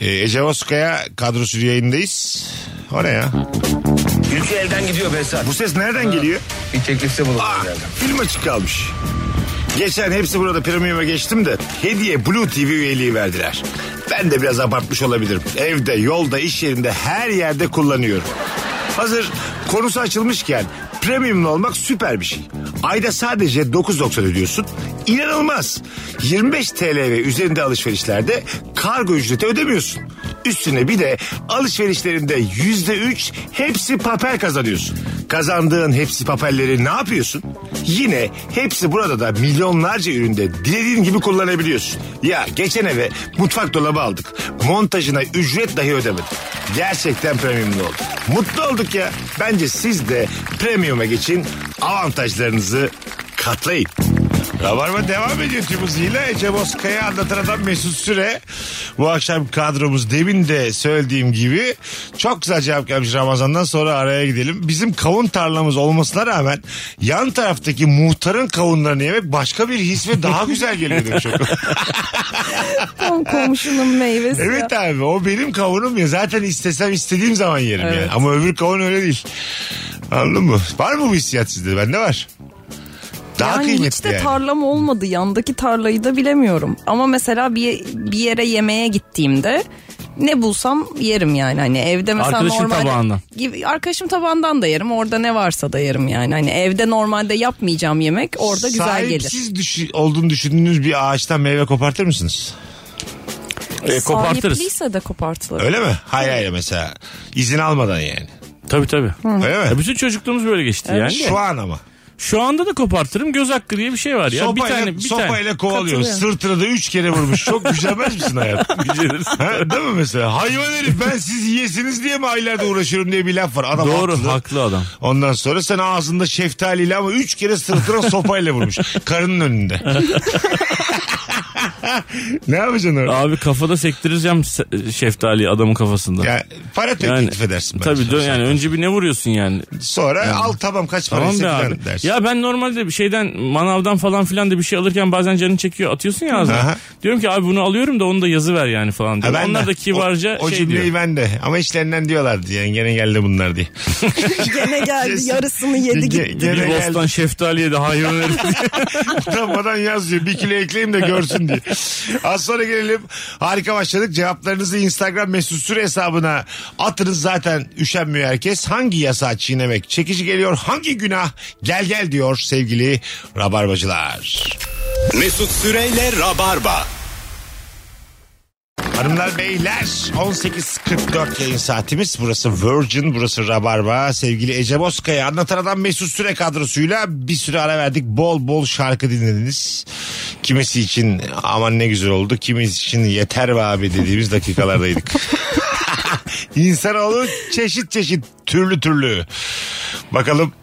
S3: Ee, Ece Bozkaya kadrosu yayındayız. O ne ya?
S7: Ülke elden gidiyor Besat.
S3: Bu ses nereden geliyor?
S7: Bir teklifte bulundum
S3: Aa, Ah, film açık kalmış. Geçen hepsi burada premium'a geçtim de hediye Blue TV üyeliği verdiler. Ben de biraz abartmış olabilirim. Evde, yolda, iş yerinde her yerde kullanıyorum. Hazır konusu açılmışken premiumlu olmak süper bir şey. Ayda sadece 9.90 ödüyorsun. İnanılmaz. 25 TL ve üzerinde alışverişlerde kargo ücreti ödemiyorsun. Üstüne bir de alışverişlerinde %3 hepsi papel kazanıyorsun. Kazandığın hepsi papelleri ne yapıyorsun? Yine hepsi burada da milyonlarca üründe dilediğin gibi kullanabiliyorsun. Ya geçen eve mutfak dolabı aldık. Montajına ücret dahi ödemedim. Gerçekten premiumlu olduk. Mutlu olduk ya. Bence siz de premium'a geçin. Avantajlarınızı katlayın. Rabarba devam ediyor tüm hızıyla. Ece Bozkaya anlatan adam Mesut Süre. Bu akşam kadromuz demin de söylediğim gibi çok güzel cevap gelmiş Ramazan'dan sonra araya gidelim. Bizim kavun tarlamız olmasına rağmen yan taraftaki muhtarın kavunlarını yemek başka bir his ve daha güzel geliyor demiş.
S5: Tam komşunun meyvesi. ya.
S3: Evet abi o benim kavunum ya. Zaten istesem istediğim zaman yerim yani. Ama öbür kavun öyle değil. Anladın mı? Var mı bu hissiyat sizde? Bende var. Daha
S5: yani
S3: kıymetli
S5: hiç de
S3: yani.
S5: tarlam olmadı. Yandaki tarlayı da bilemiyorum. Ama mesela bir, bir yere yemeğe gittiğimde ne bulsam yerim yani. Hani evde mesela
S4: Arkadaşın
S5: normalde-
S4: tabağından.
S5: Gibi, arkadaşım tabağından da yerim. Orada ne varsa da yerim yani. Hani evde normalde yapmayacağım yemek orada güzel gelir.
S3: Sahipsiz düşü- olduğunu düşündüğünüz bir ağaçtan meyve kopartır mısınız?
S4: E, kopartırız.
S5: Sahipliyse de kopartılır.
S3: Öyle mi? Hayır hayır mesela. izin almadan yani.
S4: Tabii tabii.
S3: Öyle
S4: Ya
S3: mi?
S4: bütün çocukluğumuz böyle geçti yani.
S3: Şu an ama.
S4: Şu anda da kopartırım göz hakkı diye bir şey var ya.
S3: sopayla,
S4: bir tane bir
S3: sopayla kovalıyor. Sırtına da üç kere vurmuş. Çok gücenmez misin hayatım?
S4: tane.
S3: Ha, değil mi mesela? Hayvan herif ben siz yiyesiniz diye mi aylarda uğraşıyorum diye bir laf var. Adam
S4: Doğru
S3: haklı.
S4: haklı adam.
S3: Ondan sonra sen ağzında şeftaliyle ama üç kere sırtına sopayla vurmuş. Karının önünde. ne yapacaksın orada?
S4: Abi kafada sektireceğim se- şeftaliyi adamın kafasında.
S3: Ya, para tek
S4: Yani,
S3: teklif edersin. bence.
S4: Tabii dön, yani önce bir ne vuruyorsun yani.
S3: Sonra al tamam kaç para
S4: Tamam be
S3: tamam
S4: abi.
S3: dersin.
S4: Ya ben normalde bir şeyden manavdan falan filan da bir şey alırken bazen canın çekiyor atıyorsun ya ağzına.
S3: Aha.
S4: Diyorum ki abi bunu alıyorum da onu da yazı ver yani falan
S3: Ha,
S4: diyorum. Onlar
S3: de.
S4: da kibarca
S3: o, o
S4: şey
S3: cümleyi
S4: diyor.
S3: ben de ama işlerinden diyorlardı yani gene geldi bunlar diye.
S5: Gene geldi yarısını
S3: Ge-
S5: yedi gitti.
S3: gene
S4: Bir
S3: geldi.
S4: bostan şeftaliye de hayvan herif.
S3: Utanmadan yaz diyor. Bir kilo ekleyeyim de görsün diye. Az sonra gelelim. Harika başladık. Cevaplarınızı Instagram mesut süre hesabına atınız zaten üşenmiyor herkes. Hangi yasağı çiğnemek çekici geliyor? Hangi günah gel gel diyor sevgili rabarbacılar.
S2: Mesut Süreyle Rabarba.
S3: Hanımlar beyler 18.44 yayın saatimiz. Burası Virgin, burası Rabarba. Sevgili Ece Bozkaya anlatan adam Mesut Süre kadrosuyla bir süre ara verdik. Bol bol şarkı dinlediniz. Kimisi için aman ne güzel oldu. Kimisi için yeter be abi dediğimiz dakikalardaydık. İnsanoğlu çeşit çeşit türlü türlü. Bakalım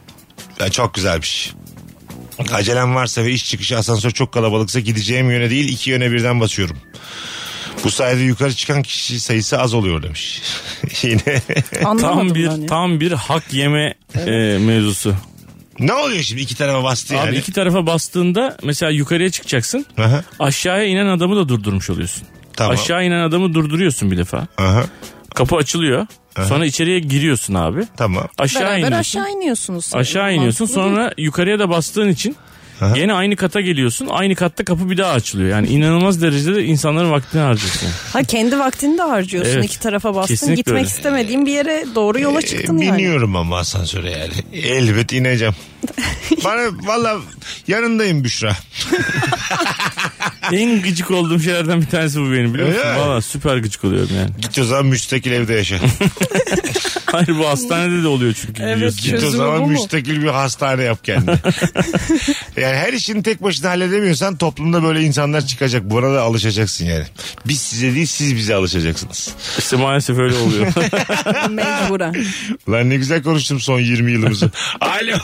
S3: ya çok güzelmiş. Acelem varsa ve iş çıkışı asansör çok kalabalıksa gideceğim yöne değil iki yöne birden basıyorum. Bu sayede yukarı çıkan kişi sayısı az oluyor demiş. Yine.
S5: Anlamadım
S4: tam
S5: ben
S4: bir
S5: ya.
S4: tam bir hak yeme e, mevzusu.
S3: ne oluyor şimdi iki tarafa bastı yani?
S4: Abi iki tarafa bastığında mesela yukarıya çıkacaksın.
S3: Aha,
S4: Aşağıya inen adamı da durdurmuş oluyorsun.
S3: Tamam.
S4: Aşağı inen adamı durduruyorsun bir defa.
S3: aha,
S4: Kapı açılıyor. Sonra içeriye giriyorsun abi.
S3: tamam.
S4: Aşağı
S5: Beraber
S4: iniyorsun.
S5: aşağı iniyorsunuz.
S4: Aşağı iniyorsun sonra yukarıya da bastığın için gene aynı kata geliyorsun. Aynı katta kapı bir daha açılıyor. Yani inanılmaz derecede insanların vaktini harcıyorsun.
S5: Ha kendi vaktini de harcıyorsun
S4: Evet.
S5: iki tarafa bastın.
S4: Kesinlikle
S5: Gitmek
S4: öyle.
S5: istemediğin bir yere doğru yola çıktın
S3: Ee,
S5: yani.
S3: Biniyorum ama asansöre yani. Elbet ineceğim. Bana valla yanındayım Büşra.
S4: en gıcık olduğum şeylerden bir tanesi bu benim biliyor musun?
S3: Öyle mi?
S4: Valla süper gıcık oluyorum yani.
S3: Git o zaman müstakil evde yaşa.
S4: Hayır bu hastanede de oluyor çünkü
S5: Evet,
S4: biliyorsun.
S3: Git o
S5: Çözümü
S3: zaman
S5: bu mu?
S3: müstakil bir hastane yap kendine. yani her işini tek başına halledemiyorsan toplumda böyle insanlar çıkacak. Buna da alışacaksın yani. Biz size değil siz bize alışacaksınız.
S4: İşte maalesef öyle oluyor.
S5: Mecburen.
S3: Lan ne güzel konuştum son 20 yılımızı. Alo.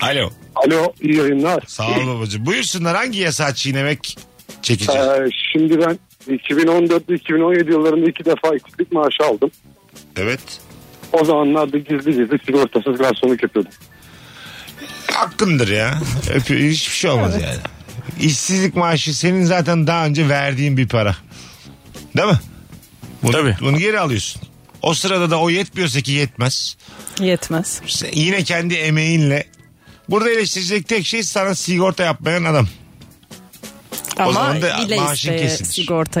S3: Alo.
S6: Alo iyi yayınlar.
S3: Sağ ol babacığım. Buyursunlar hangi yasağı çiğnemek çekici?
S6: Ee, şimdi ben 2014 ve 2017 yıllarında iki defa eksiklik maaşı aldım.
S3: Evet.
S6: O zamanlarda gizli gizli sigortasız garsonluk yapıyordum.
S3: Hakkındır ya. Öpüyor. Hiçbir şey olmaz yani. İşsizlik maaşı senin zaten daha önce verdiğin bir para. Değil mi? Bunu,
S4: Tabii.
S3: Bunu geri alıyorsun. O sırada da o yetmiyorsa ki yetmez.
S5: Yetmez.
S3: Sen yine kendi emeğinle. Burada eleştirecek tek şey sana sigorta yapmayan adam.
S5: Ama
S3: zaman da
S5: bile
S3: maaşın
S5: isteye
S3: kesilir.
S5: sigorta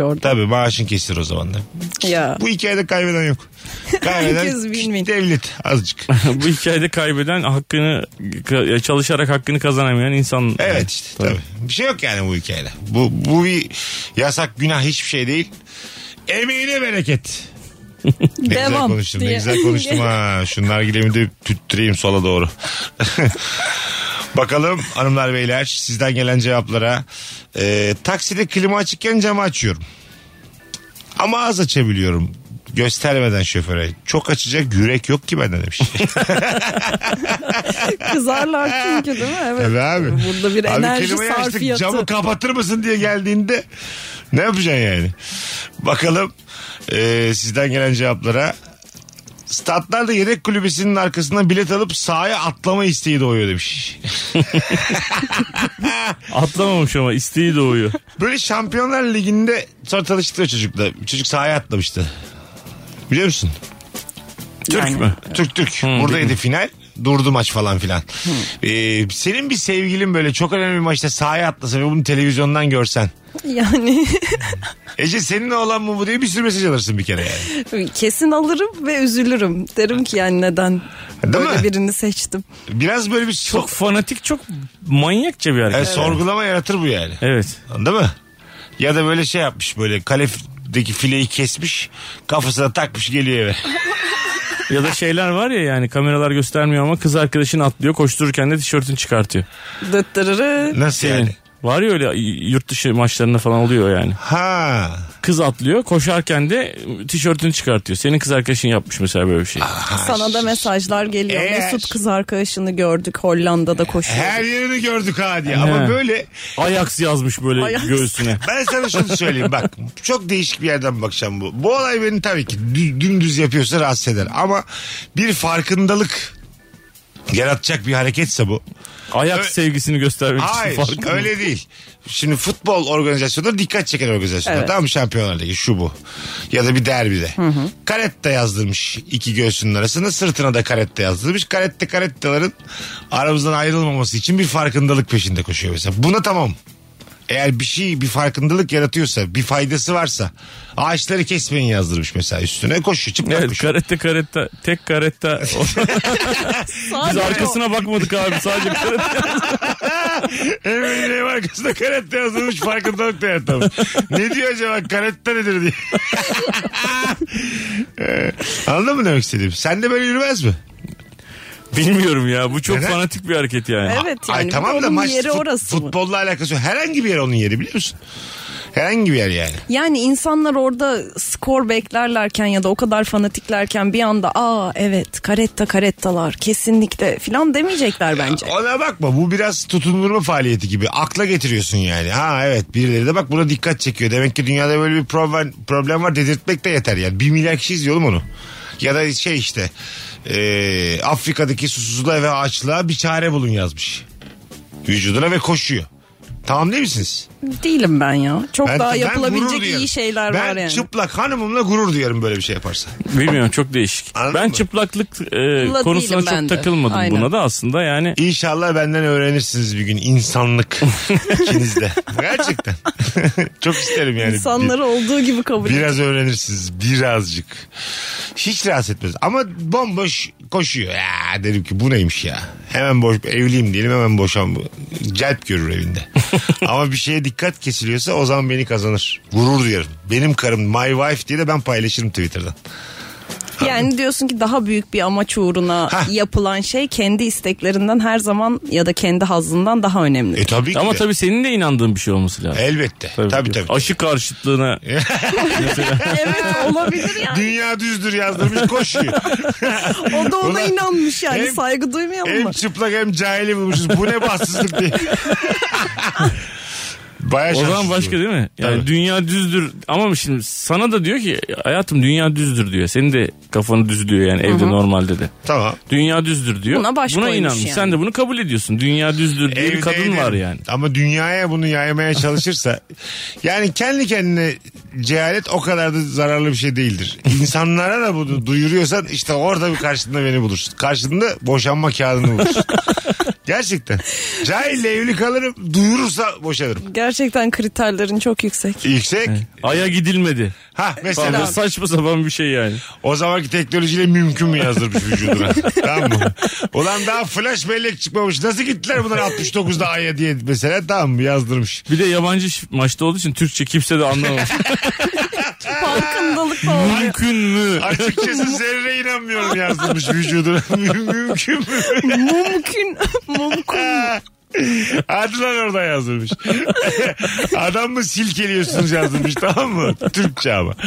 S5: orada.
S3: Tabii maaşın kesilir o zaman da.
S5: Ya.
S3: Bu hikayede kaybeden yok.
S5: Herkes
S3: Kaybeden
S5: win-win.
S3: devlet azıcık.
S4: bu hikayede kaybeden hakkını ka- çalışarak hakkını kazanamayan insan.
S3: Evet işte tabii. Bir şey yok yani bu hikayede. Bu, bu bir yasak günah hiçbir şey değil. Emeğine bereket. Ne güzel
S5: Devam
S3: konuştum. Ne
S5: diye.
S3: güzel konuştum ha. Şunlar gidemi de tüttüreyim sola doğru. Bakalım hanımlar beyler sizden gelen cevaplara. Ee, takside klima açıkken camı açıyorum. Ama az açabiliyorum. Göstermeden şoföre. Çok açacak yürek yok ki bende demiş.
S5: Kızarlar çünkü değil mi? Evet.
S3: Tabii abi.
S5: Burada bir
S3: Abi
S5: enerji
S3: kelimeyi açtık,
S5: sarfiyatı.
S3: Camı kapatır mısın diye geldiğinde ne yapacaksın yani? Bakalım e, sizden gelen cevaplara. Statlarda yedek kulübesinin arkasından bilet alıp sahaya atlama isteği doğuyor demiş.
S4: Atlamamış ama isteği doğuyor.
S3: Böyle Şampiyonlar Ligi'nde sonra tanıştık o çocukla. Çocuk sahaya atlamıştı. Biliyor musun?
S4: Türk mü?
S3: Türk Türk. Buradaydı final. Durdu maç falan filan. Ee, senin bir sevgilin böyle çok önemli bir maçta sahaya atlasa ve bunu televizyondan görsen.
S5: Yani
S3: Ece seninle olan mı bu diye bir sürü mesaj alırsın bir kere yani.
S5: kesin alırım ve üzülürüm. Derim ki yani neden
S3: Değil
S5: böyle
S3: mi?
S5: birini seçtim.
S3: Biraz böyle bir
S4: Çok fanatik çok manyakça bir hareket.
S3: yani sorgulama yaratır bu yani.
S4: Evet.
S3: Değil mi? Ya da böyle şey yapmış böyle kalefdeki fileyi kesmiş kafasına takmış geliyor eve.
S4: Ya da şeyler var ya yani kameralar göstermiyor ama kız arkadaşın atlıyor koştururken de tişörtünü çıkartıyor.
S5: Dıttırırı.
S3: Nasıl yani?
S4: Var ya öyle y- yurt dışı maçlarında falan oluyor yani.
S3: Ha.
S4: Kız atlıyor. Koşarken de tişörtünü çıkartıyor. Senin kız arkadaşın yapmış mesela böyle bir şey.
S5: Sana da mesajlar geliyor.
S3: Eğer-
S5: Mesut kız arkadaşını gördük Hollanda'da koşuyor.
S3: Her yerini gördük ha diye. Ama
S4: He.
S3: böyle
S4: Ajax yazmış böyle
S5: Ajax.
S4: göğsüne.
S3: ben sana şunu söyleyeyim bak. Çok değişik bir yerden bakacağım bu. Bu olay beni tabii ki dü- dümdüz yapıyorsa rahatsız eder. Ama bir farkındalık yaratacak bir hareketse bu.
S4: Ajax
S3: Ö-
S4: sevgisini göstermek
S3: Hayır
S4: için farkında.
S3: öyle değil. Şimdi futbol organizasyonları dikkat çeken organizasyonlar.
S5: Evet.
S3: Tamam mı? Şampiyonlar Ligi şu bu. Ya da bir derbide. Karette yazdırmış iki göğsünün arasına sırtına da karette yazdırmış. Karette karettelerin aramızdan ayrılmaması için bir farkındalık peşinde koşuyor mesela. Buna tamam. Eğer bir şey bir farkındalık yaratıyorsa bir faydası varsa ağaçları kesmeyin yazdırmış mesela üstüne koşuyor çıplak
S4: Evet
S3: koşuyor.
S4: karette karette tek karette. Biz arkasına bakmadık abi sadece karette.
S3: Emre'nin arkasında karette yazılmış farkındalık da yaratmış. ne diyor acaba karette nedir diye. Ee, Anladın mı demek istediğim? Sen de böyle yürümez mi?
S4: Bilmiyorum ya bu çok
S3: Neden?
S4: fanatik bir hareket yani.
S5: Evet yani bir de onun yeri
S3: fut-
S5: orası mı?
S3: futbolla alakası yok. Herhangi bir yer onun yeri biliyor musun? Herhangi bir yer yani.
S5: Yani insanlar orada skor beklerlerken ya da o kadar fanatiklerken bir anda aa evet karetta karettalar kesinlikle filan demeyecekler bence.
S3: Ona bakma bu biraz tutundurma faaliyeti gibi. Akla getiriyorsun yani. Ha evet birileri de bak buna dikkat çekiyor. Demek ki dünyada böyle bir problem, problem var dedirtmek de yeter yani. Bir milyar kişi izliyor oğlum onu. Ya da şey işte eee, Afrika'daki susuzluğa ve açlığa bir çare bulun yazmış. Vücuduna ve koşuyor. Tamam değil misiniz?
S5: Değilim ben ya. Çok
S3: Ben-
S5: daha
S3: ben
S5: yapılabilecek
S3: gurur duyarım.
S5: iyi şeyler var
S3: Ben
S5: yani.
S3: çıplak hanımımla gurur duyarım böyle bir şey yaparsa.
S4: Bilmiyorum çok değişik.
S3: Anladın
S4: ben
S3: mı?
S4: çıplaklık e,
S5: değilim
S4: konusuna çok
S5: ben de.
S4: takılmadım
S5: Aynen.
S4: buna da aslında yani.
S3: İnşallah benden öğrenirsiniz bir gün insanlık ikiniz de. Gerçekten. Çok isterim yani.
S5: İnsanları olduğu gibi kabul et.
S3: Biraz öğrenirsiniz birazcık. Hiç rahatsız etmez ama bomboş koşuyor. Ya dedim ki bu neymiş ya. Hemen boş evliyim diyelim hemen boşan. Celp görür evinde. ama bir şeye dikkat kesiliyorsa o zaman beni kazanır. Gurur duyarım. Benim karım my wife diye de ben paylaşırım Twitter'dan.
S5: Yani diyorsun ki daha büyük bir amaç uğruna
S3: Hah.
S5: yapılan şey kendi isteklerinden her zaman ya da kendi hazzından daha önemli.
S3: E tabii ki
S4: Ama
S3: de.
S4: tabii senin de inandığın bir şey olması lazım.
S3: Elbette. Tabii tabii. tabii.
S4: Aşı karşıtlığına
S5: evet olabilir yani.
S3: Dünya düzdür yazdırmış koşuyor.
S5: O da ona
S3: Ulan-
S5: inanmış yani
S3: Hem-
S5: saygı duymayalım mı?
S3: Hem çıplak hem cahili bulmuşuz. Bu ne bahtsızlık diye. Baya
S4: o zaman
S3: şanssızlık.
S4: başka değil mi? Yani
S3: Tabii.
S4: dünya düzdür ama şimdi sana da diyor ki hayatım dünya düzdür diyor. Senin de kafanı düz diyor yani evde normalde de.
S3: Tamam.
S4: Dünya düzdür diyor.
S5: Buna baş koymuş
S4: inanmış.
S5: yani.
S4: Sen de bunu kabul ediyorsun. Dünya düzdür diye bir kadın
S3: Evdeydim.
S4: var yani.
S3: Ama dünyaya bunu yaymaya çalışırsa yani kendi kendine cehalet o kadar da zararlı bir şey değildir. İnsanlara da bunu duyuruyorsan işte orada bir karşında beni bulursun. Karşında boşanma kağıdını bulursun. Gerçekten. Cahille evli kalırım duyurursa boşanırım.
S5: Gerçekten kriterlerin çok yüksek.
S3: Yüksek.
S4: Aya gidilmedi.
S3: Ha
S4: Falan
S3: mesela
S4: böyle saçma sapan bir şey yani.
S3: O zamanki teknolojiyle mümkün mü yazdırmış vücuduna? tamam mı? Ulan daha flash bellek çıkmamış. Nasıl gittiler bunlar 69'da aya diye mesela tamam mı yazdırmış.
S4: Bir de yabancı şif- maçta olduğu için Türkçe kimse de anlamamış.
S5: Farkındalık da oluyor.
S4: Mümkün mü?
S3: Açıkçası zerre inanmıyorum yazdırmış vücuduna. Mü- mümkün mü?
S5: Mümkün. Mümkün.
S3: Hadi lan orada yazdırmış. Adam mı silkeliyorsunuz yazdırmış tamam mı? Türkçe ama.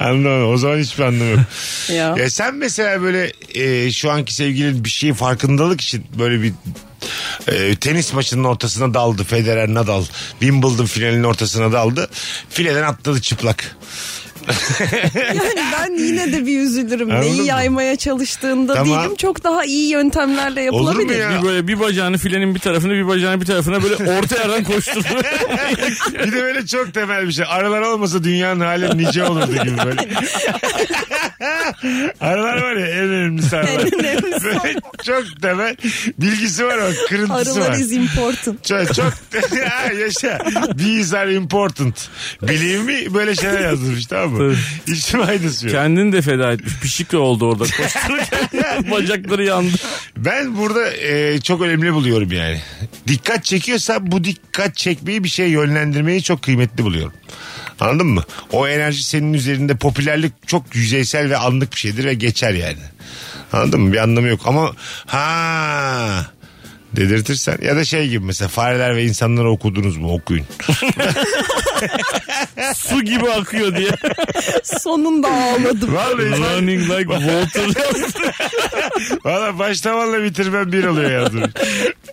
S3: Anlamadım. O zaman hiçbir anlamı yok.
S5: Ya.
S3: Ya sen mesela böyle e, şu anki sevgilin bir şeyi farkındalık için böyle bir e, tenis maçının ortasına daldı Federer Nadal. Wimbledon finalinin ortasına daldı. Fileden atladı çıplak.
S5: Yani ben yine de bir üzülürüm.
S3: Anladın
S5: Neyi
S3: mı?
S5: yaymaya çalıştığında
S3: Tamam.
S5: değilim. Çok daha iyi yöntemlerle
S3: Olur
S5: yapılabilir.
S3: mu ya?
S4: Bir böyle bir bacağını filenin bir tarafına bir bacağını bir tarafına böyle orta yerden koşturdu.
S3: bir de böyle çok temel bir şey. Aralar olmasa dünyanın hali nice olurdu gibi böyle. Aralar var ya en önemlisi aralar.
S5: En önemlisi
S3: Böyle çok temel bilgisi var ama kırıntısı
S5: Arılar
S3: var.
S5: is important.
S3: Çok, çok Ha, yaşa. These are important. Believe me böyle şeyler yazmış tamam mı? Hiç faydası yok.
S4: Kendini de feda etmiş. Pişik de oldu orada koştururken. Bacakları yandı.
S3: Ben burada e, çok önemli buluyorum yani. Dikkat çekiyorsa bu dikkat çekmeyi bir şeye yönlendirmeyi çok kıymetli buluyorum. Anladın mı? O enerji senin üzerinde popülerlik çok yüzeysel ve anlık bir şeydir ve geçer yani. Anladın mı? Bir anlamı yok ama ha Dedirtirsen ya da şey gibi mesela fareler ve insanları okudunuz mu okuyun.
S4: Su gibi akıyor diye.
S5: Sonunda ağladım.
S3: Vallahi
S4: Running like water.
S3: Valla başlamanla bitirmem bir oluyor yazdım.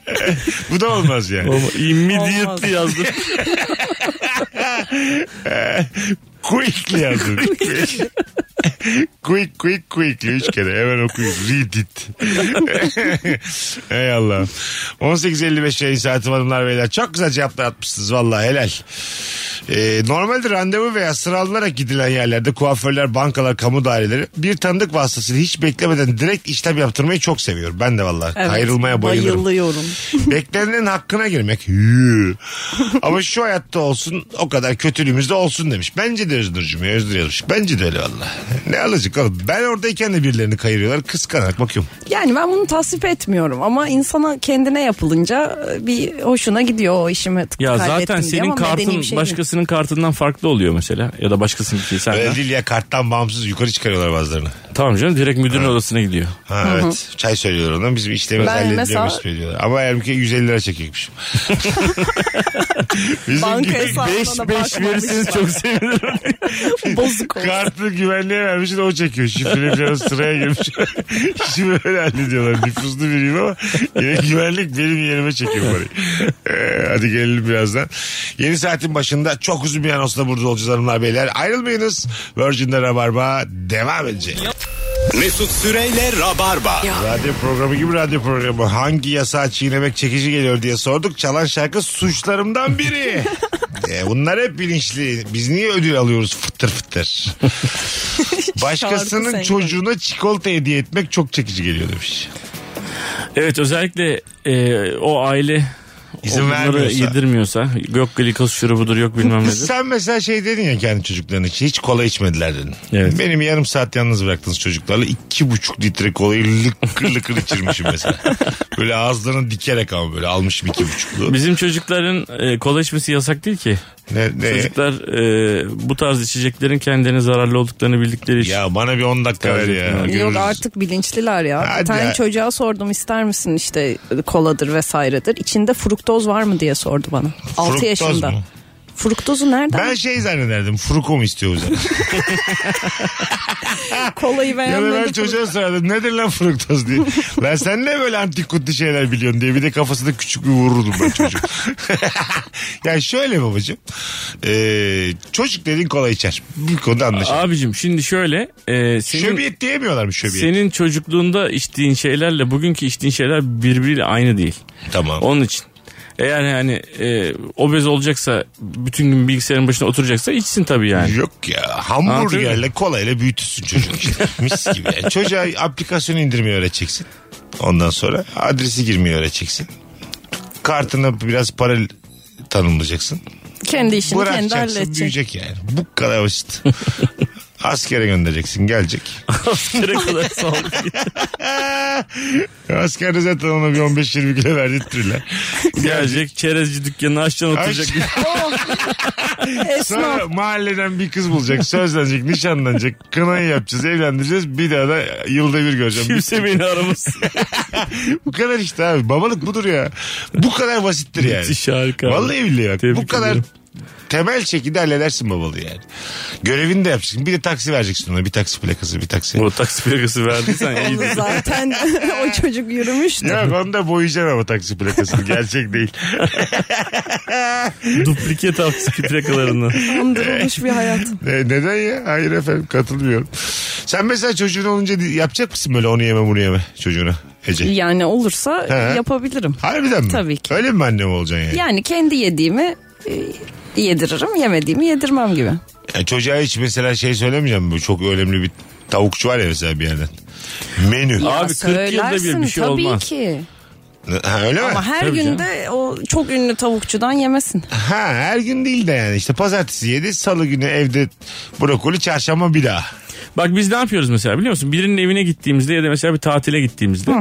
S3: Bu da olmaz yani.
S4: Immediately
S5: Olmaz.
S4: yazdım.
S3: Quickly yazdım. quick quick quickly üç kere hemen okuyun. Read it. Ey Allah. 18.55 yayın saati hanımlar beyler. Çok güzel cevaplar atmışsınız valla helal. Ee, normalde randevu veya sıralanarak gidilen yerlerde kuaförler, bankalar, kamu daireleri bir tanıdık vasıtasıyla hiç beklemeden direkt işlem yaptırmayı çok seviyor. Ben de valla
S5: Evet,
S3: ayrılmaya bayılırım.
S5: Bayılıyorum.
S3: Beklenenin hakkına girmek. Hüüü. Ama şu hayatta olsun o kadar kötülüğümüz de olsun demiş. Bence de Özdür'cüm ya Özgür yazmış. Bence de öyle valla. Ne alacak oğlum. Ben oradayken de birilerini kayırıyorlar. Kıskanarak bakıyorum.
S5: Yani ben bunu tasvip etmiyorum ama insana kendine yapılınca e, bir hoşuna gidiyor o işimi tık-
S4: Ya
S5: kaybettim
S4: zaten
S5: diye
S4: senin
S5: ama medeni
S4: kartın
S5: bir şey değil.
S4: başkasının kartından farklı oluyor mesela. Ya da başkasınınki
S3: Öyle
S4: senden.
S3: değil ya karttan bağımsız yukarı çıkarıyorlar bazılarını.
S4: Tamam canım direkt müdürün odasına gidiyor.
S3: Ha, evet. Çay söylüyorlar ona. Bizim işlemimiz
S5: Ben
S3: halledilmemiş
S5: mesela-
S3: söylüyorlar. Ama halbuki 150 lira çekiyormuş. Bizim
S5: Banka
S3: gibi
S5: hesabına da bakmamış var.
S4: sevinirim.
S5: bozuk oldu.
S3: Kartı güvenliğe vermişsin o çekiyor. Şifreli falan sıraya girmiş. Şimdi öyle hallediyorlar. Nüfuslu biriyim ama yine güvenlik benim yerime çekiyor parayı. Ee, hadi gelelim birazdan. Yeni saatin başında çok uzun bir anonsla burada olacağız hanımlar beyler. Ayrılmayınız. Virgin'de Rabarba devam edecek.
S2: Mesut Süreyle Rabarba.
S3: Radyo programı gibi radyo programı. Hangi yasağı çiğnemek çekici geliyor diye sorduk. Çalan şarkı suçlarımdan biri. E, bunlar hep bilinçli. Biz niye ödül alıyoruz fıttır fıttır?
S5: Şarkı
S3: Başkasının
S5: sen-
S3: çocuğuna çikolata hediye etmek çok çekici geliyor demiş.
S4: Evet özellikle e, o aile
S3: İzin
S4: onları
S3: vermiyorsa.
S4: yedirmiyorsa yok glikoz şurubudur yok bilmem nedir.
S3: Sen mesela şey dedin ya kendi çocukların için hiç kola içmediler dedin.
S4: Evet.
S3: Benim yarım saat yalnız bıraktınız çocuklarla iki buçuk litre kolayı lıkır lıkır içirmişim mesela. Böyle ağızlarını dikerek ama böyle almışım iki buçuklu.
S4: Bizim çocukların e, kola içmesi yasak değil ki.
S3: Ne, ne?
S4: Çocuklar e, bu tarz içeceklerin kendilerine zararlı olduklarını bildikleri için.
S3: Ya bana bir 10 dakika ver ya.
S4: Yok
S3: Görürüz.
S5: Yok artık bilinçliler ya.
S3: Hadi
S5: bir tane
S3: ya.
S5: çocuğa sordum ister misin işte koladır vesairedir. İçinde fruktoz var mı diye sordu bana. 6
S3: Fruktoz
S5: yaşında.
S3: mu?
S5: Fruktozu nereden?
S3: Ben şey zannederdim. Fruko mu istiyor bu zaten?
S5: kolayı
S3: ya da ben
S5: beğenmedi.
S3: çocuğa sorardım. Nedir lan fruktoz diye. Lan sen ne böyle antik kutlu şeyler biliyorsun diye. Bir de kafasında küçük bir vururdum ben çocuğu. ya şöyle babacığım. Ee, çocuk dediğin kola içer. Bir konuda anlaşılır.
S4: Abicim şimdi şöyle e, senin
S3: Şöbiyet diyemiyorlar mı şöbiyet?
S4: senin çocukluğunda içtiğin şeylerle bugünkü içtiğin şeyler birbiriyle aynı değil.
S3: Tamam.
S4: Onun için. Eğer yani e, obez olacaksa bütün gün bilgisayarın başına oturacaksa içsin tabii yani.
S3: Yok ya
S4: Anladın
S3: hamburgerle kolayla büyütürsün çocuğu işte. Mis gibi. Yani çocuğa aplikasyonu indirmeyi öğreteceksin. Ondan sonra adresi girmeyi öğreteceksin. Kartına biraz para tanımlayacaksın.
S5: Kendi işini kendi
S3: Bırakacaksın
S5: halledecek.
S3: büyüyecek yani. Bu kadar basit. Askere göndereceksin gelecek.
S4: Askere kadar sağlık.
S3: Askerde zaten ona bir 15-20 kilo verdirtirler.
S4: Gelecek çerezci dükkanını açacaksın oturacak.
S3: Ay,
S5: Esnaf.
S3: Sonra mahalleden bir kız bulacak. Sözlenecek, nişanlanacak. Kınayı yapacağız, evlendireceğiz. Bir daha da yılda bir göreceğim.
S4: Kimse beni aramasın.
S3: Bu kadar işte abi. Babalık budur ya. Bu kadar basittir yani.
S4: Müthiş, harika.
S3: Vallahi billahi bak.
S4: Tebrik
S3: bu kadar
S4: ediyorum.
S3: temel şekilde halledersin babalığı yani. Görevini de yapacaksın. Bir de taksi vereceksin ona. Bir taksi plakası, bir taksi.
S4: Bu taksi plakası verdiysen iyi.
S5: Onu zaten o çocuk yürümüştü.
S3: Ya onu da boyayacaksın ama taksi plakasını. Gerçek değil.
S4: Duplike taksi plakalarını.
S5: Andırılmış bir hayat.
S3: E, neden ya? Hayır efendim katılmıyorum. Sen mesela çocuğun olunca di- yapacak mısın böyle onu yeme bunu yeme çocuğuna Ece?
S5: Yani olursa
S3: He.
S5: yapabilirim.
S3: Harbiden mi?
S5: Tabii ki.
S3: Öyle mi annem olacaksın yani?
S5: Yani kendi yediğimi e, yediririm, yemediğimi yedirmem gibi.
S3: Ya çocuğa hiç mesela şey söylemeyeceğim mi? Çok önemli bir tavukçu var ya mesela bir yerden. Menü.
S4: Abi 40 yılda bir bir
S5: söylersin
S4: şey
S5: tabii
S4: olmaz.
S5: ki.
S3: Ha, öyle mi?
S5: Ama her
S4: Tabii
S5: gün
S4: canım.
S5: de o çok ünlü tavukçudan yemesin.
S3: Ha, her gün değil de yani işte pazartesi yedi salı günü evde brokoli çarşamba bir daha.
S4: Bak biz ne yapıyoruz mesela biliyor musun? Birinin evine gittiğimizde ya da mesela bir tatile gittiğimizde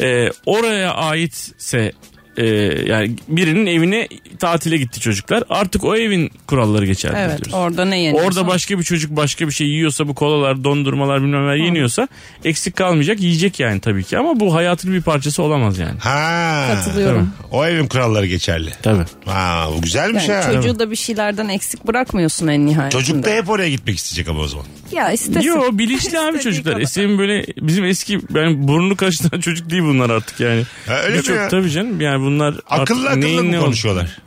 S4: e, oraya aitse e, yani birinin evine tatile gitti çocuklar. Artık o evin kuralları geçerli
S5: Evet
S4: diyoruz.
S5: orada ne yeniyorsa.
S4: Orada başka bir çocuk başka bir şey yiyorsa bu kolalar, dondurmalar bilmem neler yeniyorsa eksik kalmayacak. Yiyecek yani tabii ki ama bu hayatın bir parçası olamaz yani.
S3: Ha.
S5: Katılıyorum.
S3: O evin kuralları geçerli.
S4: Tabii.
S3: Ha, bu güzelmiş
S5: Yani
S3: ha.
S5: çocuğu da bir şeylerden eksik bırakmıyorsun en nihayetinde.
S3: Çocuk da hep oraya gitmek isteyecek ama o zaman.
S5: Ya istesin.
S4: Yo bilinçli abi çocuklar. Esin böyle bizim eski ben burnu kaşınan çocuk değil bunlar artık yani.
S3: Ha, öyle
S4: Birçok-
S3: mi ya?
S4: Tabii canım yani bunlar
S3: Akıllı
S4: artık
S3: akıllı
S4: neyin ne
S3: mı
S4: ol-
S3: konuşuyorlar?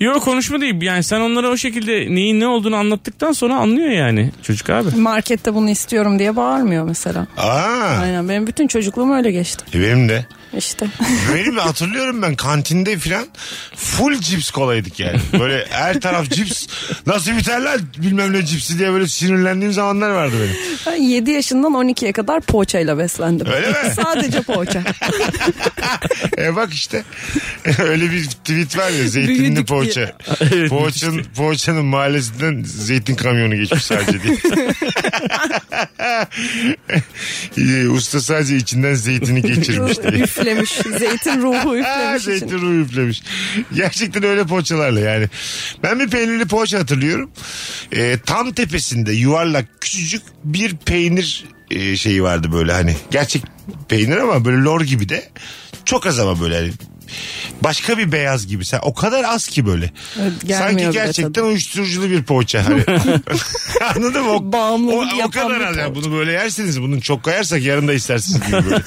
S4: Yo konuşma değil yani sen onlara o şekilde neyin ne olduğunu anlattıktan sonra anlıyor yani çocuk abi.
S5: Markette bunu istiyorum diye bağırmıyor mesela.
S3: Aa,
S5: Aynen benim bütün çocukluğum öyle geçti.
S3: e benim de.
S5: İşte.
S3: Benim de hatırlıyorum ben kantinde filan full cips kolaydık yani. Böyle her taraf cips nasıl biter lan bilmem ne cipsi diye böyle sinirlendiğim zamanlar vardı benim.
S5: Ben 7 yaşından 12'ye kadar poğaçayla beslendim.
S3: Öyle mi?
S5: Sadece poğaça.
S3: E bak işte öyle bir tweet var ya zeytinli
S5: Büyüdük
S3: poğaça.
S4: Evet.
S3: Poğaçın, poğaçanın mahallesinden zeytin kamyonu geçmiş sadece diye. E, Usta sadece içinden zeytini geçirmiş diye.
S5: üflemiş. Zeytin ruhu
S3: Ha,
S5: üflemiş. için.
S3: Zeytin ruhu üflemiş. Gerçekten öyle poğaçalarla yani. Ben bir peynirli poğaça hatırlıyorum. Ee, tam tepesinde yuvarlak küçücük bir peynir e, şeyi vardı böyle hani. Gerçek peynir ama böyle lor gibi de. Çok az ama böyle hani. Başka bir beyaz gibi. Sen, o kadar az ki böyle.
S5: Evet, gelmiyor
S3: Sanki
S5: bile
S3: gerçekten
S5: tadı.
S3: uyuşturuculu bir poğaça. Hani. Anladın mı? O,
S5: Bağımlılık
S3: o, o
S5: yapan
S3: kadar
S5: bir
S3: az. Yani
S5: poğaça.
S3: bunu böyle yerseniz bunun çok koyarsak yarın da istersiniz gibi böyle.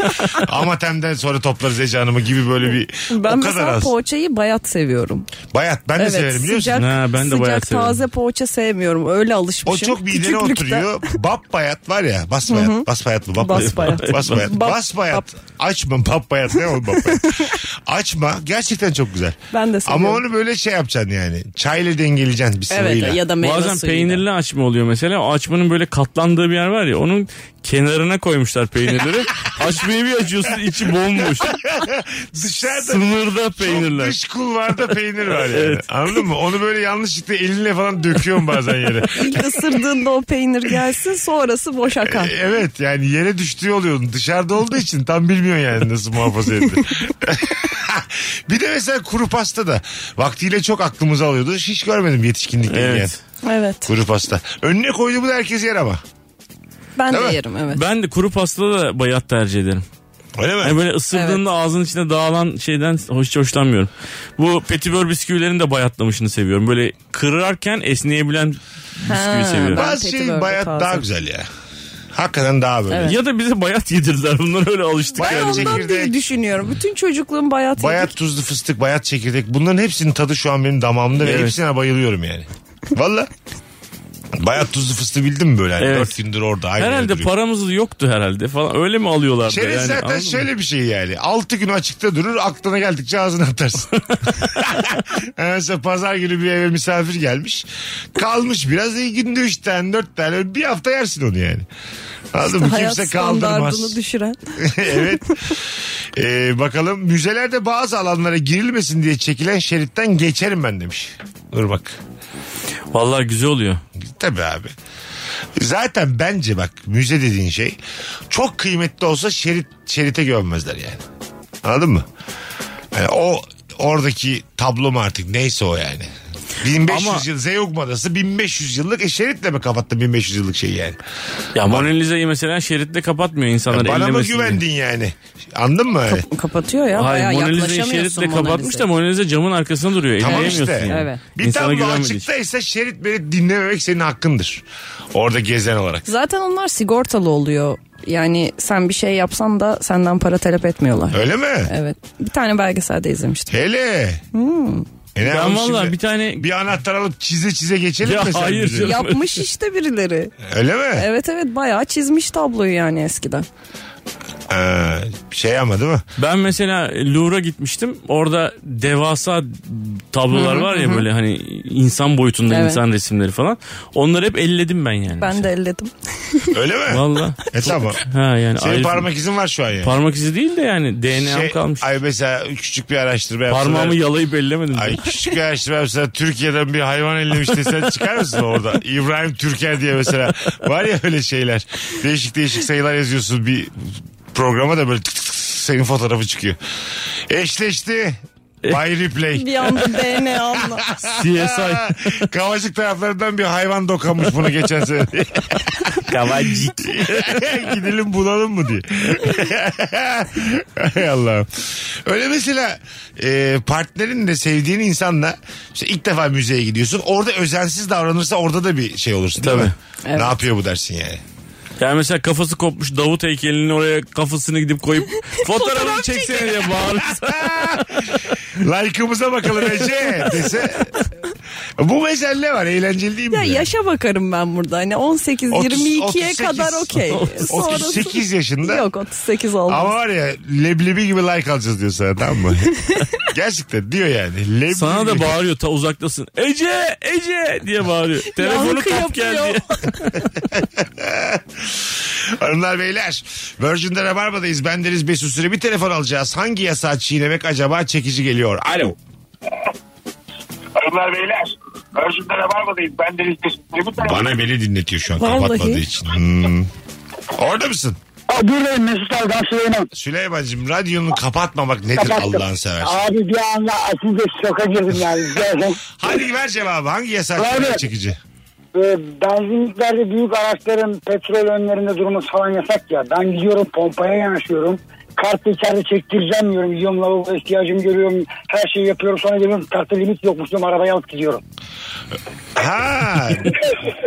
S3: Amatem'den sonra toplarız Ece Hanım'ı gibi böyle bir
S5: Ben
S3: o kadar
S5: mesela
S3: az.
S5: poğaçayı bayat seviyorum.
S3: Bayat ben de severim biliyor musun?
S5: sıcak,
S4: Ha, ben de
S5: sıcak
S4: bayat severim.
S5: taze poğaça sevmiyorum. Öyle
S3: O
S5: alışmışım.
S3: çok midene
S5: Küçüklükten.
S3: oturuyor. Bap bayat var ya. Bas bayat. Bas bayat mı? Bap
S5: Bas
S3: bayat.
S5: bayat.
S3: Bas bayat.
S5: Bap-
S3: Bas bayat. Açma bap bayat. Ne oğlum bap bayat? Açma. Gerçekten çok güzel.
S5: Ben de seviyorum.
S3: Ama onu böyle şey yapacaksın yani. Çayla dengeleyeceksin bir
S5: Evet
S3: sıvıyla.
S5: ya da meyve
S4: Bazen
S5: suyuyla.
S4: peynirli açma oluyor mesela. O açmanın böyle katlandığı bir yer var ya onun kenarına koymuşlar peynirleri. Açmayı bir açıyorsun içi bomboş.
S3: Dışarıda
S4: Sınırda
S3: Çok
S4: peynirler.
S3: dış kulvarda peynir var yani. Anladın mı? Onu böyle yanlışlıkla elinle falan döküyorsun bazen yere.
S5: İlk ısırdığında o peynir gelsin sonrası boş akar.
S3: E, Evet yani yere düştüğü oluyor. Dışarıda olduğu için tam bilmiyorsun yani nasıl muhafaza etti. bir de mesela kuru pasta da vaktiyle çok aklımızı alıyordu. Hiç görmedim yetişkinlikte
S4: Evet.
S3: yiyen
S5: Evet.
S3: kuru pasta. Önüne koyduğumu da herkes yer ama.
S5: Ben
S3: Değil
S5: de
S3: mi?
S5: yerim evet.
S4: Ben de kuru pastada da bayat tercih ederim.
S3: Öyle mi?
S4: Yani Hani böyle ısırdığında ağzının içinde dağılan şeyden hoş hoşlanmıyorum. Bu petibör bisküvilerin de bayatlamışını seviyorum. Böyle kırarken esneyebilen bisküvi
S5: Ha,
S4: seviyorum.
S5: ben
S3: Bazı
S5: Petty
S3: şey
S5: Burger
S3: bayat
S5: tarzı.
S3: daha güzel ya. Hakikaten daha böyle.
S4: Ya da bize bayat yedirdiler. Bunlar öyle alıştık.
S3: Bayat
S5: Ben ondan
S3: çekirdek.
S5: diye düşünüyorum. Bütün çocukluğum bayat,
S3: Bayat tuzlu fıstık, bayat çekirdek. Bunların hepsinin tadı şu an benim damağımda ve
S4: Evet.
S3: hepsine bayılıyorum yani. Valla. Bayat tuzlu fıstığı bildin mi böyle? Yani
S4: Evet.
S3: Dört gündür orada. Aynı
S4: Herhalde
S3: duruyor.
S4: paramız yoktu herhalde falan. Öyle mi alıyorlardı?
S3: Çerez
S4: yani,
S3: zaten
S4: anladın mı?
S3: şöyle bir şey yani. 6 gün açıkta durur aklına geldikçe ağzına atarsın. Yani Mesela pazar günü bir eve misafir gelmiş. Kalmış biraz iyi günde 3 tane 4 tane Öyle bir hafta yersin onu yani. Anladın mı?
S5: hayat
S3: Kimse kaldırmaz.
S5: standartını düşüren.
S3: evet. Ee, bakalım müzelerde bazı alanlara girilmesin diye çekilen şeritten geçerim ben demiş. Dur bak.
S4: Vallahi güzel oluyor.
S3: Tabii abi. Zaten bence bak müze dediğin şey çok kıymetli olsa şerit şerite gömmezler yani. Anladın mı? Yani o oradaki tablo mu artık neyse o yani. 1500
S4: Ama-
S3: yıl Zeugma Adası 1500 yıllık e, şeritle mi kapattın 1500 yıllık şeyi yani?
S4: Ya Mona Lisa'yı mesela şeritle kapatmıyor insanlar.
S3: E, Bana mı
S4: ellemesin diye.
S3: güvendin yani? Anladın mı? Yani?
S5: Kapatıyor ya.
S4: Hayır
S5: bayağı
S4: Mona Lisa'yı
S5: yaklaşamıyorsun
S4: şeritle
S5: Mona
S4: kapatmış
S5: Lisa'ya.
S4: da Mona Lisa camın arkasında duruyor.
S3: Tamam
S4: Elleyemiyorsun
S3: işte.
S4: yani.
S5: Evet.
S3: Bir
S4: İnsana
S3: tablo
S4: güvenmediği için.
S3: açıktaysa şerit beni dinlememek senin hakkındır. Orada gezen olarak.
S5: Zaten onlar sigortalı oluyor. Yani sen bir şey yapsan da senden para talep etmiyorlar.
S3: Öyle mi?
S5: Evet. Bir tane belgeselde izlemiştim.
S3: Hele. E ne
S4: Ben
S3: yapalım
S4: valla
S3: şimdi?
S4: bir tane
S3: bir anahtar alıp çize çize geçelim
S4: Ya
S3: mi sen
S4: hayır
S3: bizi?
S4: canım.
S5: Yapmış işte birileri.
S3: Öyle mi?
S5: Evet evet bayağı çizmiş tabloyu yani eskiden.
S3: Ee, şey ama değil mi?
S4: Ben mesela Louvre'a gitmiştim. Orada devasa tablolar var ya böyle hani insan boyutunda
S5: Evet.
S4: insan resimleri falan. Onları hep elledim ben yani.
S5: Ben de elledim.
S3: Öyle mi?
S4: Valla.
S3: e tamam.
S4: Ha yani
S3: Senin
S4: ayrı-
S3: Şey, parmak izin var şu an yani.
S4: parmak izi değil de yani DNA'm
S3: Şey,
S4: kalmış.
S3: Ay mesela küçük bir araştırma yapsalar.
S4: Parmağımı yalayıp ellemedim.
S3: Ay küçük bir araştırma yapsalar Türkiye'den bir hayvan ellemiş desen çıkar mısın orada? İbrahim Türker diye mesela. Var ya öyle şeyler. Değişik değişik sayılar yazıyorsun bir programa da böyle tık tık tık senin fotoğrafı çıkıyor. Eşleşti. Bay Ripley.
S5: Bir anda DNA'mla.
S4: CSI.
S3: Kavacık taraflarından bir hayvan dokanmış bunu geçen sene.
S4: Kavacık.
S3: Gidelim bulalım mı diye. Hay Allah'ım. Öyle mesela e, partnerinle sevdiğin insanla işte ilk defa müzeye gidiyorsun. Orada özensiz davranırsa orada da bir şey olursun. değil
S4: Tabii.
S3: mi? Ne yapıyor bu dersin yani?
S4: Yani mesela kafası kopmuş Davut heykelinin oraya kafasını gidip koyup fotoğrafını çeksene diye bağırırsa.
S3: Like'ımıza bakalım Ece dese. Bu mesela ne var? Eğlenceli değil mi?
S5: Ya
S3: yani?
S5: yaşa bakarım ben burada. Hani 18
S3: Otuz-
S5: 22'ye
S3: 38.
S5: kadar okey.
S3: 38 yaşında.
S5: Yok 38 oldu.
S3: Ama var ya leblebi gibi like alacağız diyor sana tamam mı? Gerçekten diyor yani. Leblebi
S4: Sana da
S3: gibi.
S4: bağırıyor ta uzaktasın. Ece! Ece! diye bağırıyor. Telefonu
S5: Yankı
S4: kap gel diye.
S5: yapıyor.
S3: Hanımlar beyler Virgin'de Rabarba'dayız. Ben Deniz Mesut Süre. Bir telefon alacağız. Hangi yasağı çiğnemek acaba çekici geliyor? Alo.
S8: Hanımlar beyler. Virgin'de Rabarba'dayız. Ben Deniz Teşekkür
S3: Bana beni dinletiyor şu an
S5: Vallahi.
S3: kapatmadığı için. Hmm. Orada mısın?
S8: Aa, buradayım Mesut abi ben Süleyman.
S3: Süleyman'cığım radyonu kapatmamak nedir
S8: Kapattım.
S3: Allah'ın seversen?
S8: Abi bir anda açınca şoka girdim yani. Gerçekten.
S3: Hadi ver cevabı. Hangi yasak
S8: Abi.
S3: çiğnemek çekici?
S8: Ee, benzinliklerde büyük araçların petrol önlerinde durması falan yasak ya. Ben gidiyorum pompaya yanaşıyorum. Kartı içeride çektireceğim diyorum. Gidiyorum lavaboya ihtiyacımı görüyorum. Her şeyi yapıyorum. Sonra geliyorum kartta limit yokmuş diyorum. Arabayı alıp gidiyorum.
S3: Ha.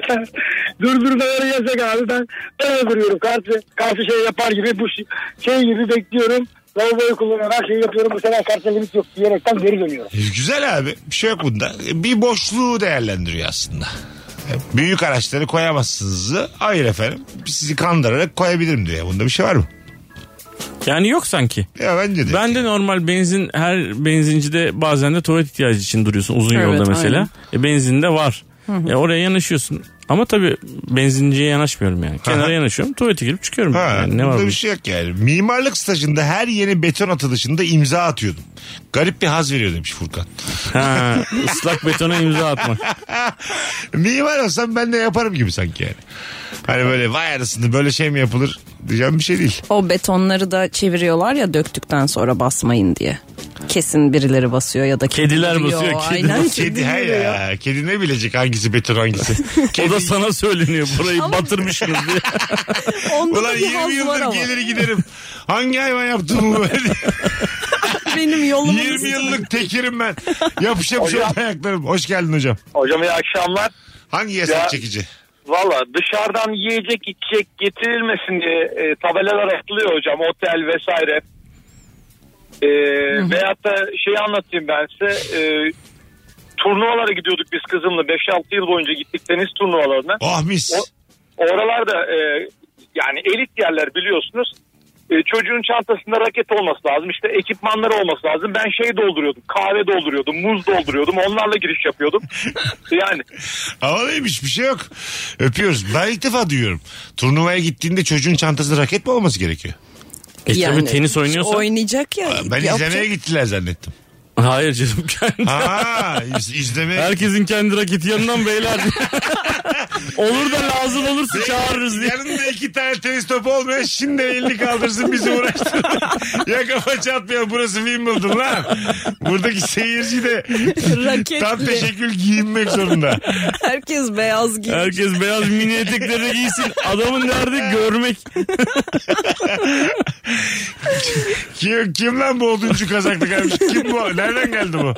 S8: Durdurmaları yasak abi. Ben, ben öldürüyorum kartı. Kartı şey yapar gibi bu şey- şey gibi bekliyorum. Lavaboyu kullanıyorum. Her şeyi yapıyorum. Bu sefer kartta limit yok diyerekten geri dönüyorum.
S3: Güzel abi. Bir şey yok bunda. Bir boşluğu değerlendiriyor aslında. Büyük araçları koyamazsınız. Hayır efendim. Sizi kandırarak koyabilirim diyor. Bunda bir şey var mı?
S4: Yani yok sanki.
S3: Ya bence de.
S4: Ben de normal benzin her benzincide bazen de tuvalet ihtiyacı için duruyorsun uzun
S5: Evet,
S4: yolda mesela. E, benzinde var. E, oraya yanaşıyorsun. Ama tabii benzinciye yanaşmıyorum yani. Kenara yanaşıyorum tuvalete girip çıkıyorum.
S3: Ha,
S4: yani ne var
S3: bunda
S4: bunda?
S3: bir şey yok yani. Mimarlık stajında her yeni beton atılışında imza atıyordum. Garip bir haz veriyor demiş Furkan.
S4: Ha, ıslak betona imza atmak.
S3: Mimar olsam ben de yaparım gibi sanki yani. Hani böyle vay arasında böyle şey mi yapılır diyeceğim bir şey değil.
S5: O betonları da çeviriyorlar ya döktükten sonra basmayın diye. Kesin birileri basıyor ya da
S4: Kediler
S5: kedi
S4: basıyor,
S5: yürüyor.
S4: kedi
S5: Aynen
S4: basıyor.
S5: kedi
S3: Kedi he
S5: yürüyor.
S3: ya. Kedi ne bilecek hangisi beton hangisi.
S4: O
S3: Kedi,
S4: da sana söyleniyor burayı batırmışsınız diye.
S5: Onda
S3: Ulan
S5: da bir
S3: 20
S5: haz var
S3: yıldır
S5: ama.
S3: gelir giderim. Hangi hayvan yaptı bu böyle?
S5: Benim yolumun
S3: 20 yıllık tekirim ben. Yapış yapış
S8: Hocam.
S3: oldu ayaklarım. Hoş geldin hocam.
S8: Hocam iyi akşamlar.
S3: Hangi yasak
S8: Ya-
S3: çekici?
S8: Valla dışarıdan yiyecek içecek getirilmesin diye e, tabelalar atılıyor hocam otel vesaire. E, veyahut da şeyi anlatayım ben size. E, turnuvalara gidiyorduk biz kızımla 5-6 yıl boyunca gittik deniz turnuvalarına.
S3: Oh mis.
S8: O- Oralarda e, yani elit yerler biliyorsunuz. E, çocuğun çantasında raket olması lazım. İşte ekipmanları olması lazım. Ben şey dolduruyordum. Kahve dolduruyordum. Muz dolduruyordum. Onlarla giriş yapıyordum. yani
S3: Havalıymış bir şey yok. Öpüyoruz. Ben ilk defa duyuyorum. Turnuvaya gittiğinde çocuğun çantasında raket mi olması gerekiyor?
S4: E tabii tenis oynuyorsan.
S5: Oynayacak ya.
S3: Ben
S5: yapacak.
S3: izlemeye gittiler zannettim.
S4: Hayır canım kendi.
S3: Ha, iz- izlemeye
S4: Herkesin kendi raketi yanından beyler. Olur da lazım olursa çağırırız diye.
S3: Yanında iki tane tenis topu olmayan şimdi elini kaldırsın bizi uğraştırın. ya kafa çatmıyor burası Wimbledon lan. Buradaki seyirci de tam
S5: Raketle.
S3: teşekkül giyinmek zorunda.
S5: Herkes beyaz giymiş.
S4: Herkes beyaz mini etekleri giysin. Adamın nerede görmek.
S3: Kim, kim lan bu oduncu kazaklı kardeş? Kim bu? Nereden geldi bu?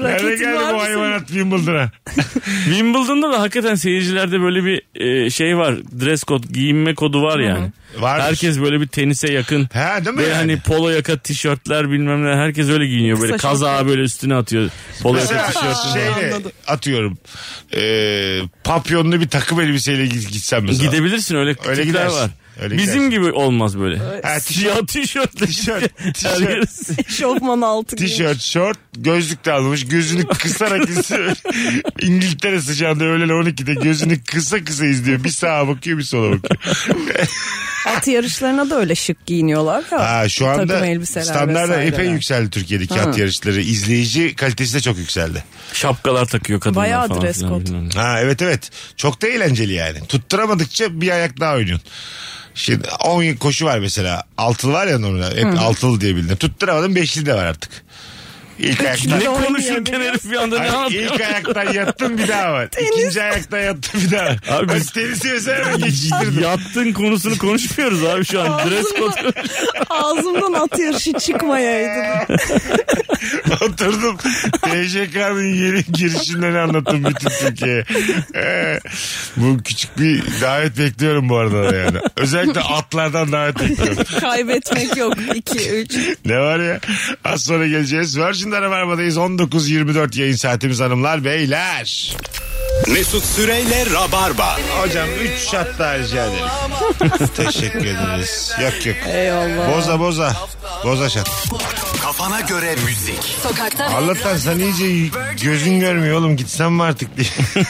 S3: Nereden
S5: Raketin
S3: geldi
S5: var
S3: bu
S5: mı
S3: hayvanat Wimbledon'a?
S4: Wimbledon'da da hakikaten seyircilerde böyle bir e, şey var. Dress code, giyinme kodu var yani.
S3: Varmış.
S4: Herkes böyle bir tenise yakın.
S3: Ha değil mi?
S4: Ve hani polo yaka tişörtler bilmem ne herkes öyle giyiniyor böyle
S5: Kısa
S4: kazağı böyle üstüne atıyor polo yaka
S3: Mesela
S4: tişörtü.
S3: şeyle atıyorum. Ee, papyonlu bir takım elbiseyle git- gitsem mesela.
S4: Gidebilirsin öyle,
S3: Öyle
S4: öyle
S3: gidersin.
S4: var.
S3: Öyle
S4: Bizim
S3: gidersin.
S4: gibi olmaz böyle.
S3: Ha,
S4: Siyah tişörtle
S3: Tişört,
S4: gidecek.
S3: tişört.
S4: Herkes-
S5: Şofman altı giymiş.
S3: Tişört, şort, gözlük de almış. Gözünü kısarak izliyor. İngiltere sıcağında öğlen 12'de gözünü kısa kısa izliyor. Bir sağa bakıyor bir sola bakıyor.
S5: At yarışlarına da öyle şık giyiniyorlar ya.
S3: Ha, şu
S5: Takım
S3: anda
S5: elbiseler
S3: standartlar
S5: vesaireler.
S3: epey yükseldi Türkiye'deki
S5: Ha.
S3: at yarışları. İzleyici kalitesi de çok yükseldi.
S4: Şapkalar takıyor kadınlar
S5: Bayağı
S4: falan.
S5: dress
S4: filan
S5: code.
S4: bilmem ne.
S3: Ha evet evet. Çok da eğlenceli yani. Tutturamadıkça bir ayak daha oynuyorsun. Şimdi 10 koşu var mesela. Altılı var ya normalde. Hep altılı diye bildim. Tutturamadım beşli de var artık. İlk ayakta.
S4: Ne konuşurken herif bir anda ne
S3: Hayır,
S4: yapıyor?
S3: ilk ayaktan yattın bir daha var. İkinci ayaktan yattın bir daha var.
S4: Abi
S3: Abi,
S4: biz-
S3: tenisi mesela ben geçiştirdim.
S4: Yattın konusunu konuşmuyoruz abi şu an. Dress code.
S5: Ağzımdan at yarışı çıkmayaydı.
S3: Oturdum. TJK'nın yeni girişinden anlattım bütün Türkiye'ye. Ee, bu küçük bir davet bekliyorum bu arada da yani. Özellikle atlardan davet bekliyorum.
S5: Kaybetmek yok. 2 3.
S3: Ne var ya? Az sonra geleceğiz. Virgin'de Rabarba'dayız. 19.24 yayın saatimiz hanımlar beyler.
S2: Mesut Süreyle Rabarba.
S3: Hocam 3 şat daha rica ederim. Teşekkür ederiz. Yok yok.
S5: Eyvallah.
S3: Boza boza. Boza şat.
S2: Kafana göre müzik.
S9: Sokakta
S3: Allah'tan sen iyice gözün görmüyor oğlum gitsen mi artık diye.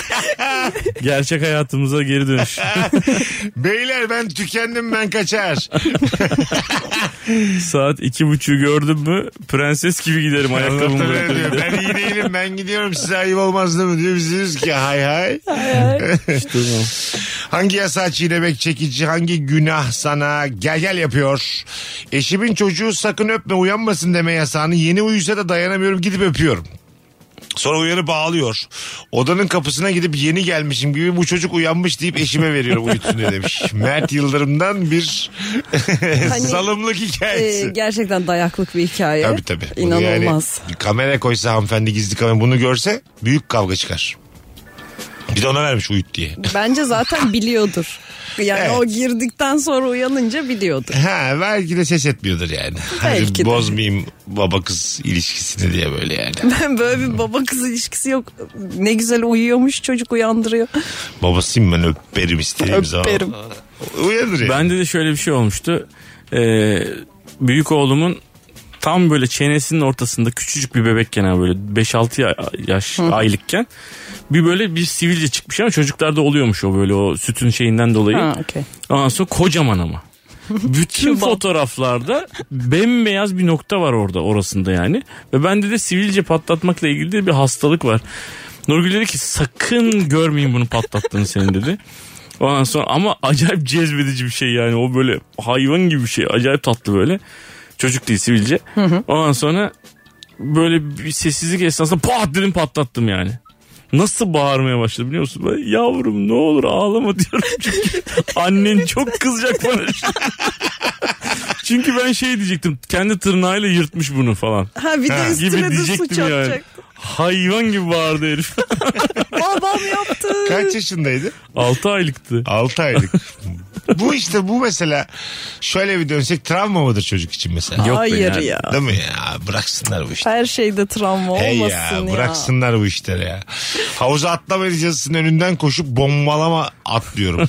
S4: Gerçek hayatımıza geri dönüş.
S3: Beyler ben tükendim ben kaçar.
S4: Saat iki buçuğu gördün mü prenses gibi giderim ayakkabımı
S3: Allah'tan öyle diyor.
S4: bırakırım.
S3: Ben iyi değilim ben gidiyorum size ayıp olmaz değil mi diyor. Biz diyoruz ki hay hay. hangi yasa çiğnemek çekici hangi günah sana gel gel yapıyor. Eşimin çocuğu sakın öpme uyanmasın deme yasağını yeni uyusa da dayanamıyorum gidip öpüyorum. Sonra uyanıp ağlıyor. Odanın kapısına gidip yeni gelmişim gibi bu çocuk uyanmış deyip eşime veriyorum uyutsun diye demiş. Mert Yıldırım'dan bir Hani, salımlık hikayesi.
S5: Ee, gerçekten dayaklık bir hikaye.
S3: Tabii tabii. Bunu
S5: İnanılmaz.
S3: Yani, kamera koysa hanımefendi gizli kamera bunu görse büyük kavga çıkar. Bir de ona vermiş uyut diye.
S5: Bence zaten biliyordur. Yani
S3: Evet.
S5: o girdikten sonra uyanınca biliyordur.
S3: Ha belki de ses etmiyordur yani.
S5: Belki
S3: Hadi
S5: de.
S3: bozmayayım baba kız ilişkisini diye böyle yani.
S5: Ben böyle bir baba kız ilişkisi yok. Ne güzel uyuyormuş çocuk uyandırıyor.
S3: Babasıyım ben öperim istediğim
S5: Öperim.
S3: zaman. Uyanır yani.
S4: Bende de şöyle bir şey olmuştu. Ee, büyük oğlumun tam böyle çenesinin ortasında küçücük bir bebekken ha böyle 5-6 ya- yaş aylıkken bir böyle bir sivilce çıkmış ama çocuklarda oluyormuş o böyle o sütün şeyinden dolayı.
S5: Ha, okey.
S4: Ondan sonra kocaman ama. Bütün fotoğraflarda bembeyaz bir nokta var orada orasında yani. Ve bende de sivilce patlatmakla ilgili de bir hastalık var. Nurgül dedi ki sakın görmeyin bunu patlattığını senin dedi. Ondan sonra ama acayip cezbedici bir şey yani o böyle hayvan gibi bir şey acayip tatlı böyle. Çocuk değil sivilce. Ondan sonra böyle bir sessizlik esnasında pat dedim patlattım yani. Nasıl bağırmaya başladı biliyor musun? Ben, Yavrum ne olur ağlama diyorum çünkü annen çok kızacak bana. şimdi." çünkü ben şey diyecektim kendi tırnağıyla yırtmış bunu falan.
S5: Ha bir de
S4: Gibi
S5: üstüne de su
S4: diyecektim yani.
S5: çarpacak.
S4: Hayvan gibi bağırdı herif.
S5: Babam yaptı.
S3: Kaç yaşındaydı?
S4: 6 aylıktı.
S3: 6 aylık. bu işte bu mesela şöyle bir dönsek travma mıdır çocuk için mesela?
S4: Yok be
S5: Hayır
S4: yani.
S5: ya.
S3: Değil mi ya? Bıraksınlar bu işi.
S5: Her şeyde travma
S3: Hey
S5: olmasın
S3: ya,
S5: ya.
S3: bıraksınlar bu işleri ya. Havuza atlama ricasının önünden koşup bombalama atlıyorum.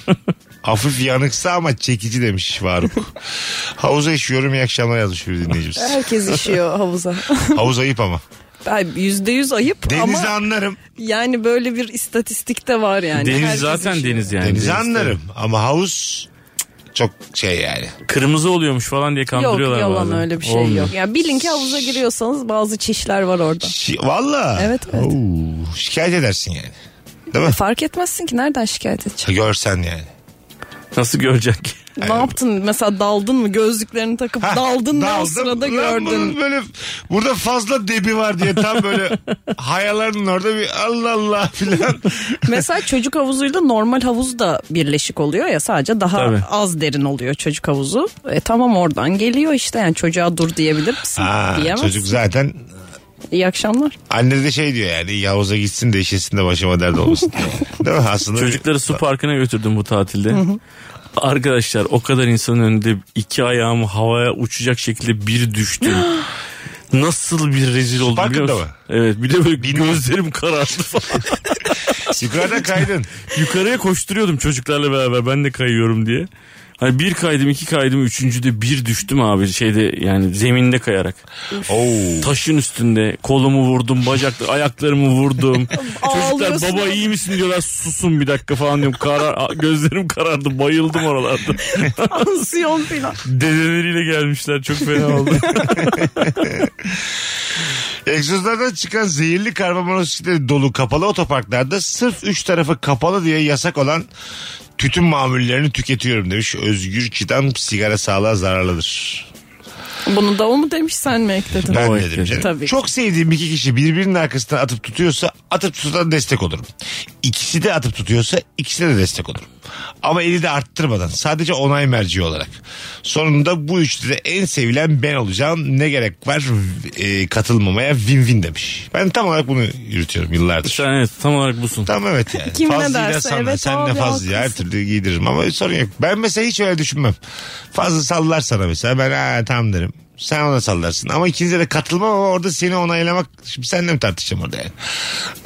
S3: Hafif yanıksa ama çekici demiş Faruk. Havuza işiyorum iyi akşamlar yazmış bir dinleyicimiz.
S5: Herkes işiyor havuza.
S3: Havuz ayıp ama.
S5: Ay, Yüzde yüz ayıp
S3: Denizi
S5: ama
S3: anlarım.
S5: yani böyle bir istatistikte var yani.
S4: deniz
S5: Hani Herkes şey
S4: zaten
S5: işiyor.
S4: deniz yani.
S3: Denizi
S4: Deniz
S3: anlarım ama havuz cık, çok şey yani.
S4: Kırmızı oluyormuş falan diye
S5: Yok
S4: kandırıyorlar
S5: yalan
S4: bazen.
S5: öyle bir şey
S4: Olmuyor.
S5: yok. Yani bilin ki havuza giriyorsanız bazı çişler var orada.
S3: Şi- Valla.
S5: Evet, evet.
S3: Oo, şikayet edersin yani. Değil mi?
S5: Fark etmezsin ki nereden şikayet edeceksin?
S3: Görsen yani.
S4: Nasıl görecek ki?
S5: Ne yaptın mesela daldın mı gözlüklerini takıp
S3: Hah,
S5: daldın mı o
S3: daldım.
S5: sırada
S3: Lan bunun
S5: gördün.
S3: böyle burada fazla debi var diye tam böyle hayaların orada bir Allah Allah filan.
S5: mesela çocuk havuzuyla normal havuz da birleşik oluyor ya sadece daha
S4: Tabii.
S5: az derin oluyor çocuk havuzu. E, tamam oradan geliyor işte yani çocuğa dur diyebilir misin?
S3: Aa,
S5: Diyemez.
S3: çocuk zaten
S5: İyi akşamlar.
S3: anne de şey diyor yani Yavuz'a gitsin de işesin de başıma dert olmasın. diyor. Değil mi? Aslında
S4: Çocukları su parkına götürdüm bu tatilde. Arkadaşlar o kadar insanın önünde iki ayağımı havaya uçacak şekilde bir düştüm. Nasıl bir rezil oldum biliyor
S3: parkında
S4: musun?
S3: mı?
S4: Evet bir de böyle gözlerim karardı falan.
S3: yukarıda kaydın.
S4: Yukarıya koşturuyordum çocuklarla beraber ben de kayıyorum diye. Hani bir kaydım iki kaydım üçüncüde bir düştüm abi şeyde yani zeminde kayarak.
S3: Oo.
S4: Taşın üstünde kolumu vurdum bacaklı ayaklarımı vurdum. Çocuklar
S5: Ağlıyorsun.
S4: baba iyi misin diyorlar susun bir dakika falan diyorum. Karar, a- gözlerim karardı bayıldım oralarda.
S5: Tansiyon falan.
S4: Dedeleriyle gelmişler çok fena oldu.
S3: Egzozlardan çıkan zehirli karbonmonoksit dolu kapalı otoparklarda sırf üç tarafı kapalı diye yasak olan tütün mamullerini tüketiyorum demiş. Özgür Çidan sigara sağlığa zararlıdır.
S5: Bunu da o mu demiş sen mi ekledin?
S3: Ben
S4: O
S3: dedim
S4: ekledi.
S3: canım.
S5: Tabii ki.
S3: Çok sevdiğim iki kişi birbirinin arkasından atıp tutuyorsa atıp tutan destek olurum. İkisi de atıp tutuyorsa ikisine de destek olurum. Ama eli de arttırmadan sadece onay merci olarak. Sonunda bu üçlü de en sevilen ben olacağım. Ne gerek var e, katılmamaya win-win demiş. Ben tam olarak bunu yürütüyorum yıllardır.
S4: Sen evet tam olarak busun.
S3: Tamam evet yani.
S5: Kim ne
S3: Fazlıyı da
S5: derse,
S3: sana,
S5: evet
S3: sen de
S5: abi,
S3: fazla her
S5: haklısın.
S3: türlü giydiririm ama sorun yok. Ben mesela hiç öyle düşünmem. Fazla sallar sana mesela ben ha tamam derim. Sen ona sallarsın ama ikinize de katılmam ama orada seni onaylamak şimdi seninle mi tartışacağım orada yani.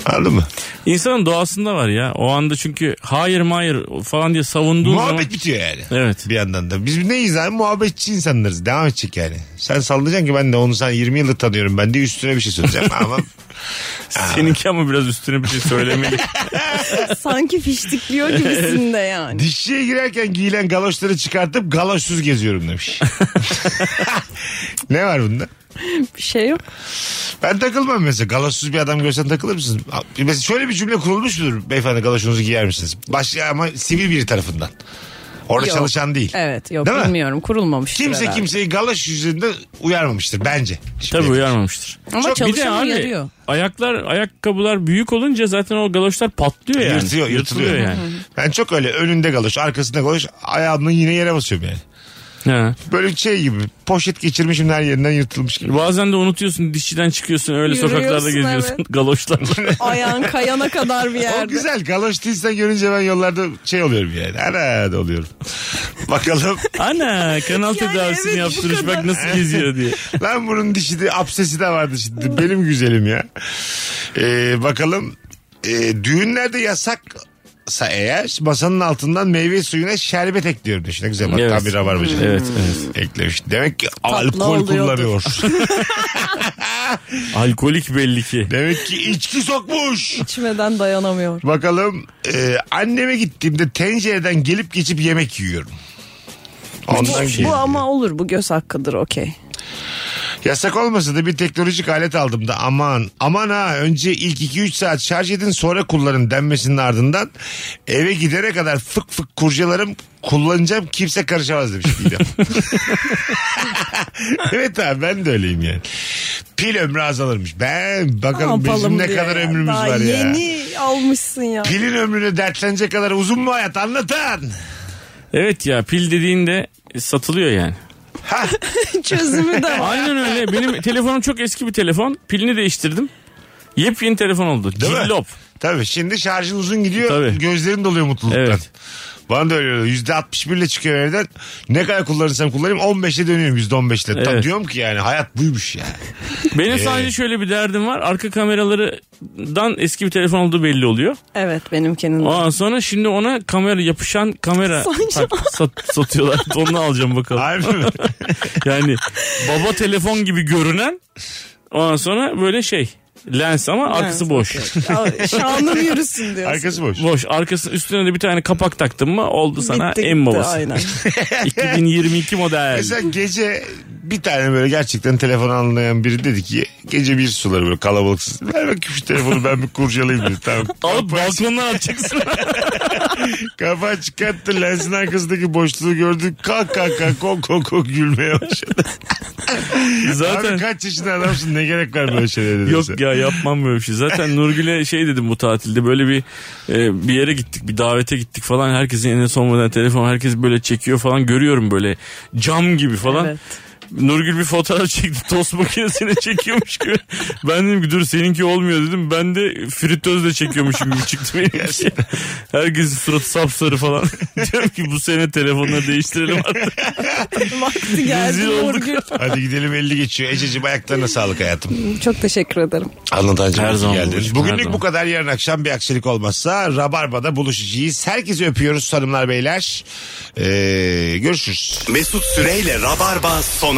S3: Anladın mı?
S4: İnsanın doğasında var ya. O anda çünkü hayır hayır falan diye savunduğu
S3: Muhabbet
S4: zaman.
S3: bitiyor yani.
S4: Evet.
S3: Bir yandan da. Biz neyiz abi? Muhabbetçi insanlarız. Devam edecek yani. Sen sallayacaksın ki ben de onu sen 20 yıldır tanıyorum. Ben de üstüne bir şey söyleyeceğim ama
S4: Seninki ama biraz üstüne bir şey söylemeli.
S5: Sanki fiştikliyor gibisinde yani.
S3: Dişçiye girerken giyilen galoşları çıkartıp galoşsuz geziyorum demiş. ne var bunda?
S5: Bir şey yok.
S3: Ben takılmam mesela. Galoşsuz bir adam görsen takılır mısın? Mesela şöyle bir cümle kurulmuş mudur? Beyefendi galoşunuzu giyer misiniz? Başka ama sivil biri tarafından. Orada
S5: Yok.
S3: çalışan değil.
S5: Evet yok
S3: Değil mi?
S5: bilmiyorum kurulmamış.
S3: Kimse kimseyi galoş yüzünde uyarmamıştır bence. Şimdi-
S4: Tabii uyarmamıştır.
S5: Ama
S3: Çok-
S4: Bir de
S5: çalışan
S4: abi
S5: uyarıyor.
S4: ayaklar ayakkabılar büyük olunca zaten o galoşlar patlıyor yani.
S3: Yırtıyor, yırtılıyor.
S4: Yırtılıyor
S3: yani. Ben çok öyle önünde galoş, arkasında galoş, ayağımın yine yere basıyorum yani.
S4: Ha.
S3: Böyle şey gibi poşet geçirmişim her yerinden yırtılmış gibi.
S4: Bazen de unutuyorsun dişçiden çıkıyorsun öyle
S5: Yürüyorsun,
S4: sokaklarda geziyorsun
S5: evet.
S4: galoşlarla.
S5: Ayağın kayana kadar bir
S3: O
S5: yerde.
S3: güzel. Galoş değilsen görünce ben yollarda şey oluyorum yani. Ana da oluyorum. Bakalım.
S4: Ana kanal
S5: Yani
S4: tedavisini
S5: evet, bu
S4: yaptırmış bak
S5: kadar.
S4: nasıl geziyor diye.
S3: Lan bunun dişi de absesi de vardı şimdi. Benim güzelim ya. Ee, bakalım. Ee, düğünlerde yasaksa eğer masanın altından meyve suyuna şerbet ekliyor diyor. Ne güzel bak
S4: Evet.
S3: tam bir rabarbacı.
S4: Evet,
S3: Eklemiş. Demek ki
S5: Tatlı
S3: alkol
S5: oluyordur.
S3: kullanıyor.
S4: Alkolik belli ki.
S3: Demek ki içki sokmuş.
S5: İçmeden dayanamıyor.
S3: Bakalım e, anneme gittiğimde tencereden gelip geçip yemek yiyorum. Ondan şey
S5: Bu,
S3: geliyor.
S5: bu ama olur bu göz hakkıdır okey.
S3: Yasak olmasa da bir teknolojik alet aldım da aman aman ha önce ilk 2-3 saat şarj edin sonra kullanın denmesinin ardından eve gidene kadar fık fık kurcalarım kullanacağım kimse karışamaz demiş Didem. evet abi ben de öyleyim yani. Pil ömrü azalırmış. Ben bakalım
S5: Ne
S3: bizim
S5: yapalım
S3: ne
S5: diyor
S3: kadar
S5: ya.
S3: ömrümüz
S5: Daha
S3: var ya.
S5: Yeni almışsın ya.
S3: Pilin ömrünü dertlenecek kadar uzun mu hayat anlatan?
S4: Evet ya pil dediğinde satılıyor yani.
S5: Çözümü de var.
S4: Aynen öyle. Benim telefonum çok eski bir telefon. Pilini değiştirdim. Yepyeni telefon oldu.
S3: Değil mi?
S4: Cillop.
S3: Tabii şimdi şarjın uzun gidiyor.
S4: Tabii.
S3: Gözlerin doluyor mutluluktan.
S4: Evet.
S3: Bana da öyle oluyor. %61 ile çıkıyor evden. Ne kadar kullanırsam kullanayım 15'e dönüyorum %15 ile. Tam
S4: Evet.
S3: diyorum ki yani hayat buymuş yani. Ee?
S4: Benim sadece şöyle bir derdim var. Arka kameralarından eski bir telefon olduğu belli oluyor.
S5: Evet benimkinin. de.
S4: Ondan sonra şimdi ona kamera yapışan kamera
S5: Sanki-
S4: tak- sat- satıyorlar. Onu alacağım bakalım.
S3: Harbi mi?
S4: Yani baba telefon gibi görünen ondan sonra böyle şey lens ama arkası boş.
S5: Ya, Şanım yürüsün diyorsun.
S3: Arkası boş.
S4: Boş. Arkası üstüne de bir tane kapak taktın mı oldu sana
S5: Bitti,
S4: en
S5: gitti,
S4: babası.
S5: Aynen.
S4: 2022 model.
S3: Mesela gece bir tane böyle gerçekten telefon anlayan biri dedi ki gece bir suları böyle kalabalıksız. Ver bakayım şu telefonu ben bir kurcalayayım dedi. Tamam.
S4: Alıp balkondan atacaksın.
S3: Kafa çıkarttı lensin arkasındaki boşluğu gördü. Kalk kalk kalk kok kok kok gülmeye başladı. Abi
S4: Zaten
S3: kaç yaşında adamsın ne gerek var böyle şeylere dedi.
S4: Yok ya yapmam böyle bir şey. Zaten Nurgül'e şey dedim bu tatilde böyle bir e, bir yere gittik bir davete gittik falan. Herkesin eline son model telefon herkes böyle çekiyor falan görüyorum böyle cam gibi falan.
S5: Evet.
S4: Nurgül bir fotoğraf çekti tost makinesine çekiyormuş gibi. Ben dedim ki dur seninki olmuyor dedim. Ben de fritözle çekiyormuşum gibi çıktı benimki. Herkesin suratı sapsarı falan. Diyorum ki bu sene telefonları değiştirelim artık.
S5: Vakti geldi
S4: Rezil olduk.
S5: Nurgül.
S3: Hadi gidelim 50 geçiyor. Ececiğim ayaklarına sağlık hayatım.
S5: Çok teşekkür ederim.
S3: Anlatancım
S4: Her
S3: iyi ki
S4: zaman
S3: geldin.
S4: buluşma, her
S3: Bugünlük bu
S4: zaman.
S3: kadar. Yarın akşam bir aksilik olmazsa Rabarba'da buluşacağız. Herkesi öpüyoruz hanımlar beyler. Ee, görüşürüz.
S2: Mesut Süreyle Rabarba sona